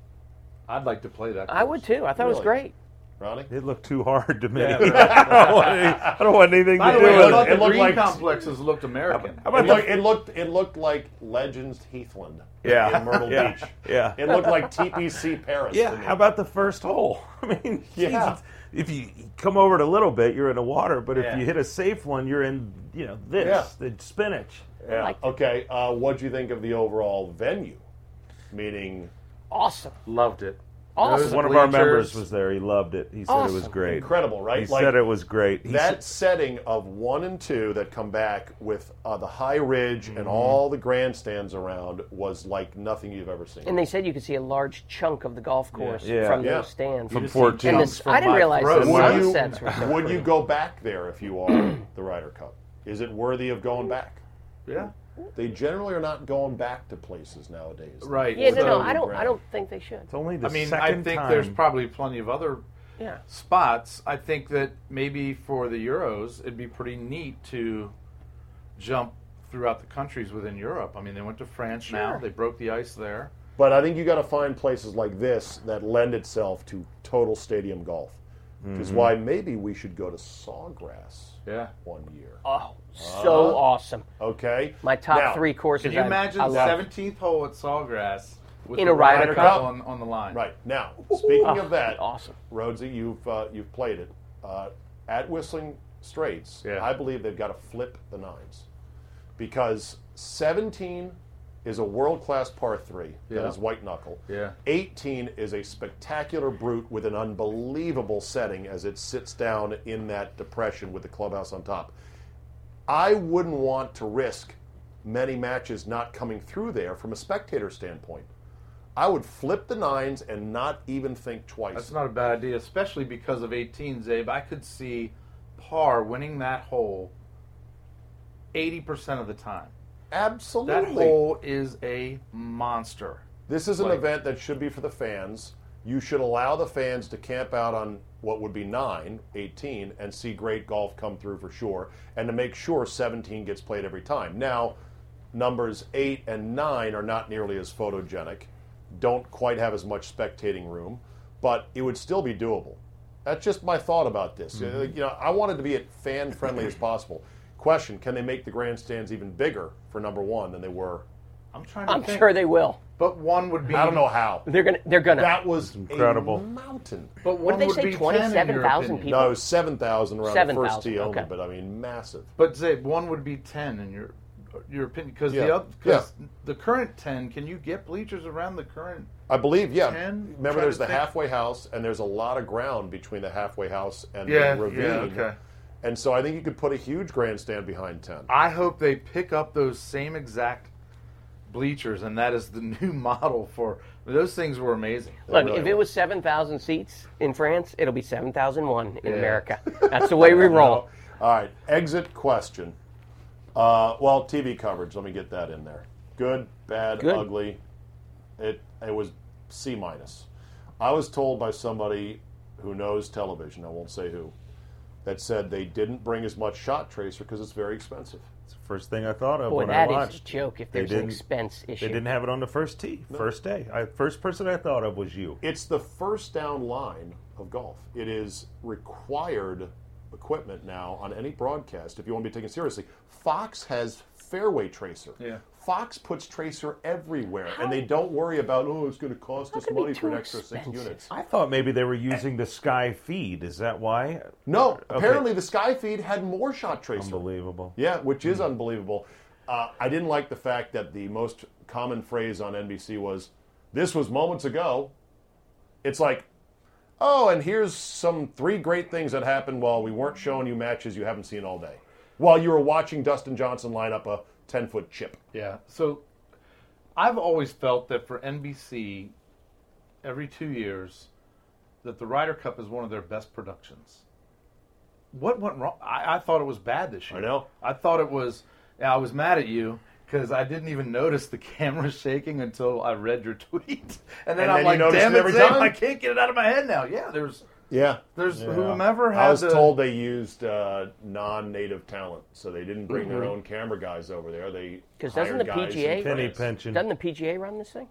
Speaker 4: I'd like to play that.
Speaker 6: I would too. I thought it was
Speaker 1: Really?
Speaker 6: great.
Speaker 1: Ronnie?
Speaker 7: It looked too hard to me. *laughs* I, don't want any- I don't want anything
Speaker 4: By
Speaker 7: to
Speaker 4: the
Speaker 7: do
Speaker 4: way,
Speaker 7: with
Speaker 4: I
Speaker 7: it.
Speaker 4: thought
Speaker 1: it
Speaker 4: the
Speaker 1: looked
Speaker 4: green
Speaker 1: like-
Speaker 4: complexes looked American.
Speaker 7: How
Speaker 1: It
Speaker 7: about
Speaker 1: looked,
Speaker 7: the,
Speaker 1: it looked it looked like Legends
Speaker 7: *laughs*
Speaker 1: Heathland
Speaker 7: Yeah.
Speaker 1: in Myrtle
Speaker 7: Yeah.
Speaker 1: Beach.
Speaker 7: Yeah.
Speaker 1: It looked like TPC Paris.
Speaker 7: yeah,
Speaker 1: to me.
Speaker 7: how about the first hole? *laughs* I mean,
Speaker 1: Yeah.
Speaker 7: Jesus, if you come over it a little bit, you're in the water. But if
Speaker 4: Yeah.
Speaker 7: you hit a safe one, you're in, you know, this
Speaker 1: Yeah.
Speaker 7: the spinach.
Speaker 1: Yeah.
Speaker 6: liked it.
Speaker 1: Okay. Uh, what'd you think of the overall venue? Meaning
Speaker 6: Awesome.
Speaker 4: Loved it.
Speaker 6: Awesome.
Speaker 7: One of our
Speaker 4: bleachers.
Speaker 7: members was there. He loved it. He said it was
Speaker 6: Awesome.
Speaker 7: great.
Speaker 1: incredible, right?
Speaker 7: He said it was great. He
Speaker 1: that
Speaker 7: said-
Speaker 1: setting of one and two that come back with uh, the high ridge
Speaker 7: Mm-hmm.
Speaker 1: and all the grandstands around was like nothing you've ever seen.
Speaker 6: And they said you could see a large chunk of the golf course
Speaker 7: Yeah.
Speaker 6: from
Speaker 1: Yeah.
Speaker 6: those stands.
Speaker 7: From
Speaker 4: see
Speaker 7: 14.
Speaker 6: and
Speaker 4: jumps
Speaker 6: this,
Speaker 4: from
Speaker 6: I didn't
Speaker 4: my
Speaker 6: realize
Speaker 4: throat.
Speaker 6: the
Speaker 1: would you, *laughs*
Speaker 6: sunsets were so
Speaker 1: would you
Speaker 6: pretty.
Speaker 1: go back there if you
Speaker 6: *clears throat*
Speaker 1: are the Ryder Cup? Is it worthy of going back?
Speaker 4: Yeah.
Speaker 1: They generally are not going back to places nowadays.
Speaker 4: Right.
Speaker 6: Yeah, no, no,
Speaker 4: So-
Speaker 6: I don't.
Speaker 1: ground.
Speaker 6: I don't think they should.
Speaker 7: it's only the
Speaker 4: I mean,
Speaker 7: second
Speaker 4: I think
Speaker 7: time.
Speaker 4: there's probably plenty of other
Speaker 6: Yeah.
Speaker 4: spots. I think that maybe for the Euros, it'd be pretty neat to jump throughout the countries within Europe. I mean, they went to France now.
Speaker 6: Sure.
Speaker 4: They broke the ice there.
Speaker 1: But I think you got to find places like this that lend itself to total stadium golf. Which
Speaker 7: Mm-hmm.
Speaker 1: is why maybe we should go to Sawgrass
Speaker 4: Yeah.
Speaker 1: one year.
Speaker 6: Oh, so awesome.
Speaker 1: Okay?
Speaker 6: My top
Speaker 1: Now,
Speaker 6: three courses.
Speaker 4: Can you
Speaker 6: I-
Speaker 4: imagine
Speaker 6: I love.
Speaker 4: 17th hole at Sawgrass with
Speaker 6: In
Speaker 4: the
Speaker 6: a Ryder
Speaker 1: Cup?
Speaker 4: on, on the line?
Speaker 1: Right. Now, speaking of that,
Speaker 6: *laughs* Awesome.
Speaker 1: Rhodesy, you've, uh, you've played it. Uh, at Whistling Straits,
Speaker 4: Yeah.
Speaker 1: I believe they've got to flip the nines because 17 is a world class par three. That
Speaker 4: Yeah.
Speaker 1: is white knuckle.
Speaker 4: Yeah.
Speaker 1: 18 is a spectacular brute with an unbelievable setting as it sits down in that depression with the clubhouse on top. I wouldn't want to risk many matches not coming through there from a spectator standpoint. I would flip the nines and not even think twice.
Speaker 4: That's not a bad idea, especially because of 18, Zabe. I could see Parr winning that hole 80% of the time. That
Speaker 1: Absolutely.
Speaker 4: hole is a monster.
Speaker 1: This is an
Speaker 4: Like-
Speaker 1: event that should be for the fans. You should allow the fans to camp out on what would be 9, 18, and see great golf come through for sure, and to make sure 17 gets played every time. Now, numbers 8 and 9 are not nearly as photogenic, don't quite have as much spectating room, but it would still be doable. That's just my thought about this. Uh,
Speaker 4: Mm-hmm.
Speaker 1: You know, I wanted to be as fan friendly as possible. Question Can they make the grandstands even bigger for number one than they were?
Speaker 4: I'm trying to
Speaker 6: I'm
Speaker 4: think.
Speaker 6: sure they will.
Speaker 4: But one would be.
Speaker 1: I don't know
Speaker 4: *laughs*
Speaker 1: how.
Speaker 6: They're gonna. They're gonna.
Speaker 1: That was
Speaker 7: incredible.
Speaker 1: A mountain.
Speaker 4: But
Speaker 6: what
Speaker 4: one
Speaker 6: did they
Speaker 4: would
Speaker 6: say?
Speaker 4: be 10 in your
Speaker 6: Twenty-seven thousand
Speaker 4: opinion.
Speaker 6: people.
Speaker 1: No, seven thousand around the first
Speaker 6: 7,000,
Speaker 1: tee only,
Speaker 6: okay.
Speaker 1: but I mean, massive.
Speaker 4: But Zabe, one would be ten in your your opinion because
Speaker 1: Yeah.
Speaker 4: the oth- cause the current ten. Can you get bleachers around the current?
Speaker 1: I believe, yeah.
Speaker 4: Ten?
Speaker 1: Remember,
Speaker 4: Try
Speaker 1: there's
Speaker 4: to
Speaker 1: the
Speaker 4: think.
Speaker 1: halfway house, and there's a lot of ground between the halfway house and
Speaker 4: Yeah,
Speaker 1: the ravine.
Speaker 4: yeah, okay.
Speaker 1: And so I think you could put a huge grandstand behind ten.
Speaker 4: I hope they pick up those same exact bleachers, and that is the *laughs* new model for those things were amazing.
Speaker 6: Look,
Speaker 1: really
Speaker 6: if it
Speaker 1: will.
Speaker 6: was seven thousand seats in France, it'll be seven thousand one in
Speaker 7: *laughs*
Speaker 6: America. That's the way we roll.
Speaker 1: All right, exit question. Uh, well, TV coverage. Let me get that in there. Good, bad,
Speaker 6: Good.
Speaker 1: ugly. It it was C minus. I was told by somebody who knows television. I won't say who. That said, they didn't bring as much shot tracer because it's very expensive.
Speaker 7: It's the first thing I thought of
Speaker 6: Boy,
Speaker 7: when
Speaker 6: that
Speaker 7: I
Speaker 6: is
Speaker 7: watched.
Speaker 6: a joke. If
Speaker 7: They
Speaker 6: there's an
Speaker 7: didn't-
Speaker 6: expense
Speaker 7: They
Speaker 6: issue,
Speaker 7: didn't have it on the first tee, first day. I, first person I thought of was you.
Speaker 1: It's the first down line of golf. It is required equipment now on any broadcast if you want to be taken seriously. Fox has fairway tracer.
Speaker 4: Yeah.
Speaker 1: Fox puts tracer everywhere, and they don't worry about oh, it's going to cost us
Speaker 6: could it be
Speaker 1: money for an
Speaker 6: too
Speaker 1: extra
Speaker 6: expensive?
Speaker 1: six
Speaker 6: *laughs*
Speaker 1: units.
Speaker 7: I thought maybe they were using the Sky feed. Is that why?
Speaker 1: No, apparently the Sky feed had more shot tracer.
Speaker 7: Unbelievable.
Speaker 1: Yeah, which
Speaker 7: Mm-hmm.
Speaker 1: is unbelievable. Uh, I didn't like the fact that the most common phrase on NBC was, "This was moments ago." It's like, oh, and here's some three great things that happened while we weren't showing you matches you haven't seen all day, while you were watching Dustin Johnson line up a ten foot chip.
Speaker 4: Yeah. So I've always felt that for NBC, every two years, that the Ryder Cup is one of their best productions. What went wrong? I, I thought it was bad this year.
Speaker 1: I know.
Speaker 4: I thought it was. Yeah, I was mad at you because I didn't even notice the *laughs* camera shaking until I read your *laughs* tweet, and
Speaker 1: And
Speaker 4: then I'm
Speaker 1: then you
Speaker 4: like,
Speaker 1: noticed
Speaker 4: "Damn
Speaker 1: it
Speaker 4: it,
Speaker 1: every
Speaker 4: Zabe,
Speaker 1: time?
Speaker 4: I can't get it out of my head now." Yeah, there's,
Speaker 1: Yeah.
Speaker 4: there's whomever had
Speaker 1: I was
Speaker 4: the,
Speaker 1: told they used uh, non-native talent, so they didn't bring their own camera guys over there. They
Speaker 6: 'Cause doesn't
Speaker 1: hired
Speaker 6: the
Speaker 1: guys in
Speaker 6: PGA
Speaker 7: Mm-hmm. Penny
Speaker 1: France.
Speaker 7: pension.
Speaker 6: doesn't the PGA run this thing?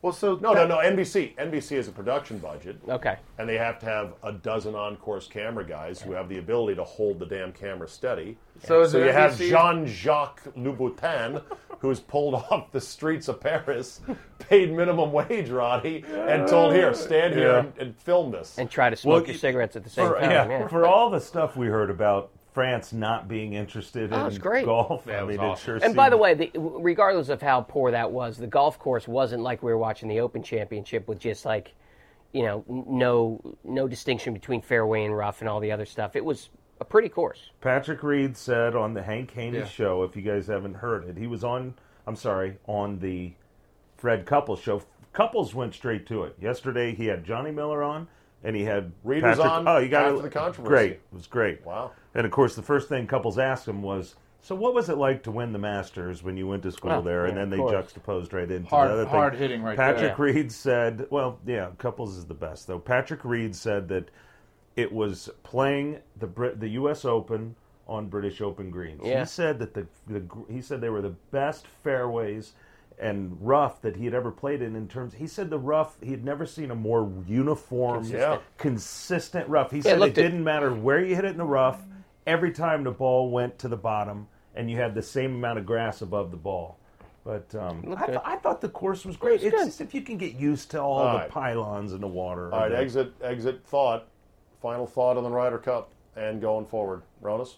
Speaker 4: Well, so
Speaker 1: No, no, no. NBC. NBC is a production budget.
Speaker 6: Okay.
Speaker 1: And they have to have a dozen on-course camera guys who have the ability to hold the damn camera steady.
Speaker 4: So is
Speaker 1: so
Speaker 4: it
Speaker 1: you have
Speaker 4: NBC?
Speaker 1: Jean-Jacques
Speaker 6: *laughs*
Speaker 1: Louboutin, who's pulled off the streets of Paris, *laughs* paid minimum wage, Roddy, and told here, stand here
Speaker 7: Yeah.
Speaker 1: and, and film this.
Speaker 6: And try to smoke
Speaker 7: Well,
Speaker 6: your
Speaker 7: y-
Speaker 6: cigarettes at the same
Speaker 7: For,
Speaker 6: time.
Speaker 7: yeah,
Speaker 6: yeah.
Speaker 7: for all the stuff we heard about France not being interested
Speaker 6: Oh,
Speaker 7: in
Speaker 6: it's great.
Speaker 7: golf,
Speaker 4: Yeah, it
Speaker 7: I
Speaker 4: was
Speaker 7: mean, it
Speaker 4: awesome.
Speaker 7: sure
Speaker 6: And by
Speaker 7: seemed-
Speaker 6: the way, the, regardless of how poor that was, the golf course wasn't like we were watching the Open Championship with just like, you know, n- no no distinction between fairway and rough and all the other stuff. It was a pretty course.
Speaker 7: Patrick Reed said on the Hank Haney
Speaker 4: Yeah.
Speaker 7: show, if you guys haven't heard it, he was on, I'm sorry, on the Fred Couples show. Couples went straight to it. Yesterday, he had Johnny Miller on, and he had
Speaker 1: Reed was
Speaker 7: Patrick.
Speaker 1: on
Speaker 7: oh, you got
Speaker 1: after
Speaker 7: it.
Speaker 1: the controversy.
Speaker 7: Great, it was great.
Speaker 1: Wow.
Speaker 7: And of course, the first thing Couples asked him was, "So, what was it like to win the Masters when you went to school
Speaker 6: Oh,
Speaker 7: there?" And
Speaker 6: yeah,
Speaker 7: then
Speaker 6: of
Speaker 7: they
Speaker 6: course.
Speaker 7: juxtaposed right into
Speaker 4: Hard-
Speaker 7: the other thing.
Speaker 4: hard hitting right there.
Speaker 7: Patrick Reed said, well, yeah, Couples is the best though. Patrick Reed said that it was playing the Brit, the U.S. Open on British Open greens.
Speaker 6: Yeah.
Speaker 7: He said that the, the gr- he said they were the best fairways and rough that he had ever played in. In terms, he said the rough he had never seen a more uniform,
Speaker 1: Consistent.
Speaker 7: consistent rough. He
Speaker 6: it
Speaker 7: said it,
Speaker 6: looked at-
Speaker 7: didn't matter where you hit it in the rough. Every time the ball went to the bottom, and you had the same amount of grass above the ball. But um, I, th- I thought the course was great. it's
Speaker 6: good.
Speaker 7: just if you can get used to all,
Speaker 1: All
Speaker 7: the
Speaker 1: right.
Speaker 7: pylons in the water.
Speaker 1: All right, exit, exit thought, final thought on the Ryder Cup and going forward. Ronas?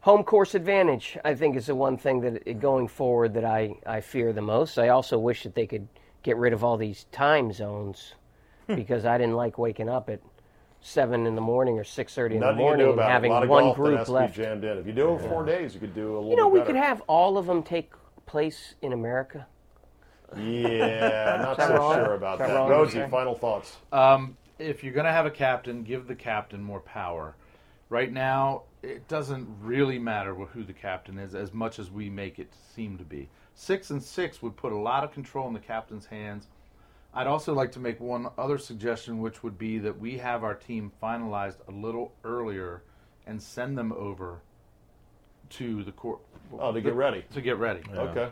Speaker 6: Home course advantage, I think, is the one thing that going forward that I, I fear the most. I also wish that they could get rid of all these time zones
Speaker 8: Hmm.
Speaker 6: because I didn't like waking up at seven in the morning or six thirty in the
Speaker 8: Nothing you can
Speaker 6: morning
Speaker 8: do
Speaker 6: and
Speaker 8: about it.
Speaker 6: having
Speaker 8: A lot of
Speaker 6: one
Speaker 8: golf that
Speaker 6: group
Speaker 8: has
Speaker 6: left.
Speaker 8: to be jammed in. If you do it in four days, you could do a little.
Speaker 6: You know, we
Speaker 8: bit
Speaker 6: could
Speaker 8: better.
Speaker 6: have all of them take place in America. *laughs*
Speaker 8: Yeah, not
Speaker 6: that
Speaker 8: so
Speaker 6: wrong?
Speaker 8: sure about
Speaker 6: Is that
Speaker 8: that.
Speaker 6: wrong Uh, to
Speaker 8: Rosie,
Speaker 6: say?
Speaker 8: final thoughts.
Speaker 4: Um, if you're going to have a captain, give the captain more power. Right now, it doesn't really matter wh- who the captain is as much as we make it seem to be. Six and six would put a lot of control in the captain's hands. I'd also like to make one other suggestion, which would be that we have our team finalized a little earlier and send them over to the court.
Speaker 8: Oh, to get ready.
Speaker 4: To get ready.
Speaker 8: Okay.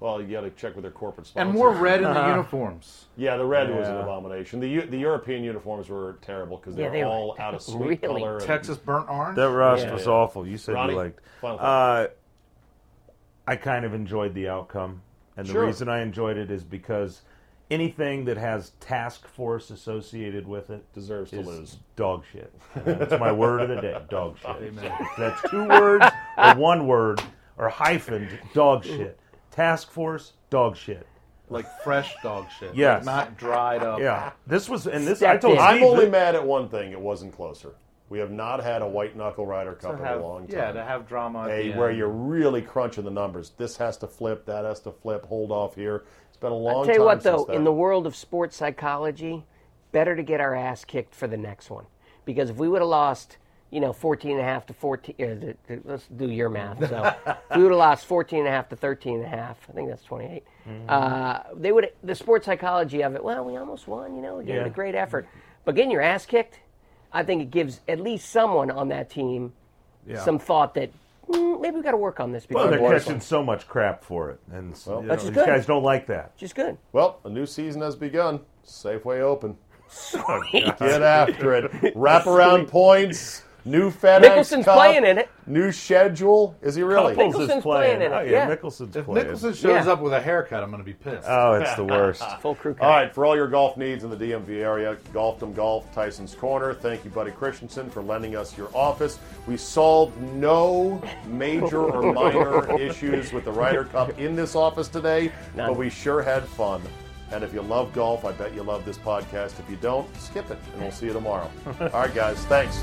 Speaker 8: Well, you got to check with their corporate sponsors.
Speaker 4: And more red in the uniforms.
Speaker 8: Yeah, the red was an
Speaker 7: Yeah.
Speaker 8: abomination. The Eu- the European uniforms were terrible because they
Speaker 6: Yeah,
Speaker 8: were
Speaker 6: they were
Speaker 8: all out
Speaker 6: *laughs*
Speaker 8: of sweet
Speaker 6: really
Speaker 8: color. and-
Speaker 4: Texas burnt orange.
Speaker 7: That rust
Speaker 8: Yeah.
Speaker 7: was awful. You said
Speaker 8: Ronnie,
Speaker 7: you liked.
Speaker 8: final
Speaker 7: Uh, I kind of enjoyed the outcome, and the
Speaker 8: Sure.
Speaker 7: reason I enjoyed it is because anything that has task force associated with it
Speaker 8: Deserves to
Speaker 7: is
Speaker 8: lose.
Speaker 7: Dog shit. That's my word of the day.
Speaker 8: *laughs*
Speaker 7: Dog shit.
Speaker 4: Amen.
Speaker 7: That's two words or one word or hyphened. Dog shit. Task force. Dog shit.
Speaker 4: like fresh dog shit.
Speaker 7: Yes.
Speaker 4: Not dried up.
Speaker 7: Yeah. This was and this I
Speaker 6: Stepped
Speaker 7: told
Speaker 6: in.
Speaker 7: Steve
Speaker 8: I'm only
Speaker 7: that-
Speaker 8: mad at one thing. It wasn't closer. We have not had a white knuckle rider
Speaker 4: To
Speaker 8: cup in
Speaker 4: have-
Speaker 8: a long time.
Speaker 4: Yeah, to have drama. at
Speaker 8: a,
Speaker 4: the
Speaker 8: where
Speaker 4: end.
Speaker 8: you're really crunching the numbers. This has to flip. That has to flip. Hold off here. It's been a long
Speaker 6: I'll tell you
Speaker 8: time
Speaker 6: what, though,
Speaker 8: since that.
Speaker 6: in the world of sports psychology, better to get our ass kicked for the next one. Because if we would have lost, you know, 14 and a half to 14, uh, th- th- let's do your math. So if we would have lost 14 and a half to 13 and a half, I think that's 28.
Speaker 8: Mm-hmm.
Speaker 6: Uh, they would the sports psychology of it, well, we almost won, you know, we gave it
Speaker 7: Yeah.
Speaker 6: a great effort. But getting your ass kicked, I think it gives at least someone on that team some thought that "Mm, maybe we got to work on this before
Speaker 7: Well,
Speaker 6: we
Speaker 7: Oh, they're
Speaker 6: lose."
Speaker 7: catching so much crap for it, and s- you know,
Speaker 6: That's
Speaker 7: these
Speaker 6: good.
Speaker 7: guys don't like that.
Speaker 6: Which is good.
Speaker 8: well, a new season has begun. Safeway open. *laughs* Get after it. Wraparound points. New FedEx
Speaker 6: Mickelson's
Speaker 8: Cup,
Speaker 6: playing in it.
Speaker 8: New schedule. Is he really?
Speaker 6: Couple.
Speaker 7: Mickelson's
Speaker 6: Mickelson's
Speaker 7: playing.
Speaker 6: playing in it,
Speaker 7: Oh, yeah,
Speaker 6: yeah.
Speaker 7: Mickelson's
Speaker 4: If
Speaker 7: playing.
Speaker 4: Nicholson shows
Speaker 6: Yeah.
Speaker 4: up with a haircut, I'm going to be pissed.
Speaker 7: Oh, it's the worst.
Speaker 6: *laughs* Full crew cut.
Speaker 8: All right, for all your golf needs in the DMV area, Golfdom Golf, Tyson's Corner. Thank you, Buddy Christensen, for lending us your office. We solved no major or minor issues with the Ryder Cup in this office today, but we sure had fun. And if you love golf, I bet you love this podcast. If you don't, skip it, and we'll see you tomorrow. All right, guys, thanks.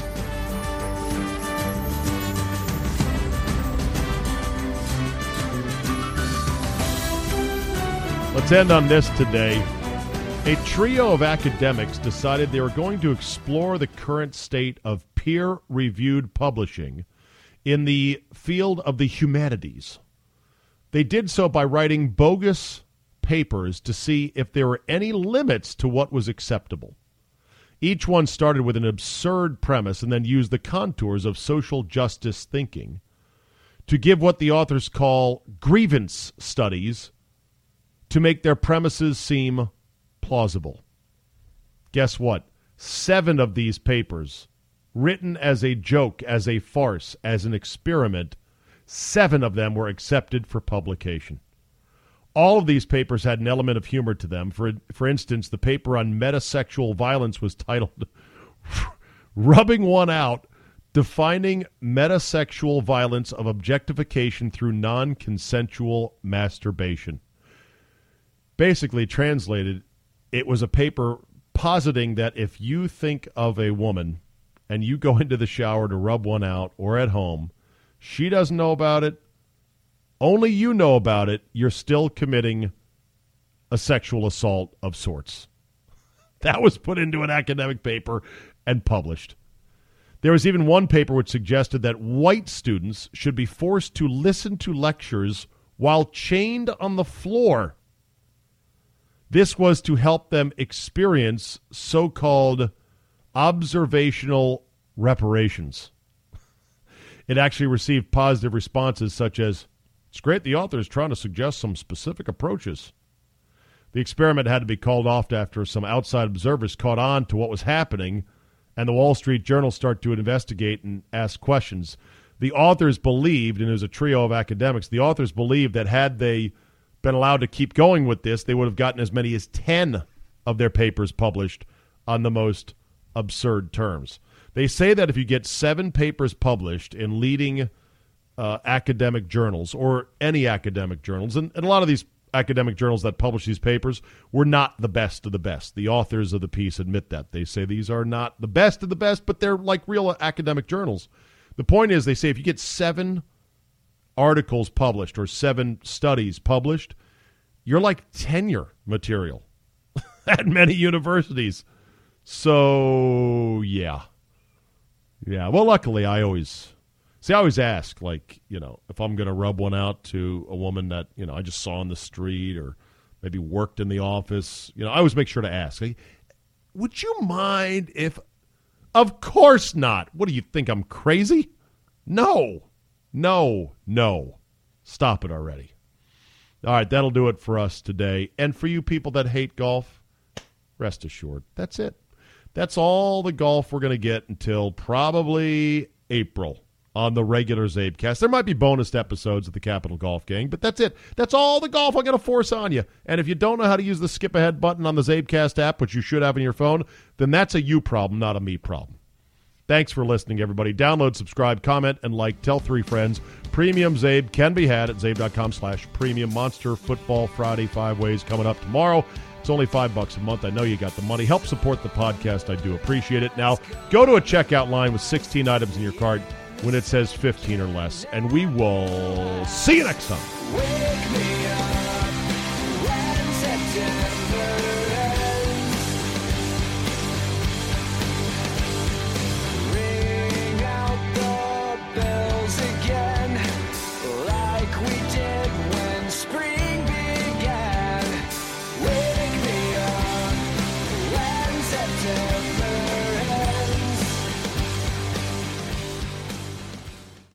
Speaker 1: Let's end on this today. A trio of academics decided they were going to explore the current state of peer reviewed publishing in the field of the humanities. They did so by writing bogus papers to see if there were any limits to what was acceptable. Each one started with an absurd premise and then used the contours of social justice thinking to give what the authors call grievance studies to make their premises seem plausible. Guess what? Seven of these papers, written as a joke, as a farce, as an experiment, seven of them were accepted for publication. All of these papers had an element of humor to them. For, for instance, the paper on metasexual violence was titled *laughs* Rubbing One Out Defining Metasexual Violence of Objectification Through Non Consensual Masturbation basically translated, it was a paper positing that if you think of a woman and you go *laughs* into the shower to rub one out or at home, she doesn't know about it, only you know about it, you're still committing a sexual assault of sorts. *laughs* That was put into an academic paper and published. There was even one paper which suggested that white students should be forced to listen to lectures while chained on the floor. This was to help them experience so called observational reparations. It actually received positive responses, such as It's great the author is trying to suggest some specific approaches. The experiment had to be called off after some outside observers caught on to what was happening, and the Wall Street Journal started to investigate and ask questions. The authors believed, and it was a trio of academics, the authors believed that had they been allowed to keep going with this, they would have gotten as many as 10 of their papers published on the most absurd terms. They say that if you get seven papers published in leading uh, academic journals or any academic journals, and, and a lot of these academic journals that publish these papers were not the best of the best. The authors of the piece admit that. They say these are not the best of the best, but they're like real academic journals. The point is, they say if you get seven articles published or seven studies published, you're like tenure material *laughs* at many universities. So, yeah. Yeah. Well, luckily, I always see. I always ask, like, you know, if I'm going to rub one out to a woman that you know I just saw on the street or maybe worked in the office. You know, I always make sure to ask. Like, Would you mind if? Of course not. What do you think? I'm crazy? No, no, no. Stop it already. All right, that'll do it for us today. And for you people that hate golf, rest assured, that's it. That's all the golf we're going to get until probably April on the regular Zabecast. There might be bonus episodes of the Capital Golf Gang, but that's it. That's all the golf I'm going to force on you. And if you don't know how to use the skip ahead button on the Zabecast app, which you should have on your phone, then that's a you problem, not a me problem. Thanks for listening, everybody. Download, subscribe, comment, and like. Tell three friends. Premium Zabe can be had at zabe.com slash premium. Monster Football Friday Five Ways coming up tomorrow. It's only five bucks a month. I know you got the money. Help support the podcast. I do appreciate it. Now, go to a checkout line with 16 items in your cart when it says 15 or less, and we will see you next time.
Speaker 9: We're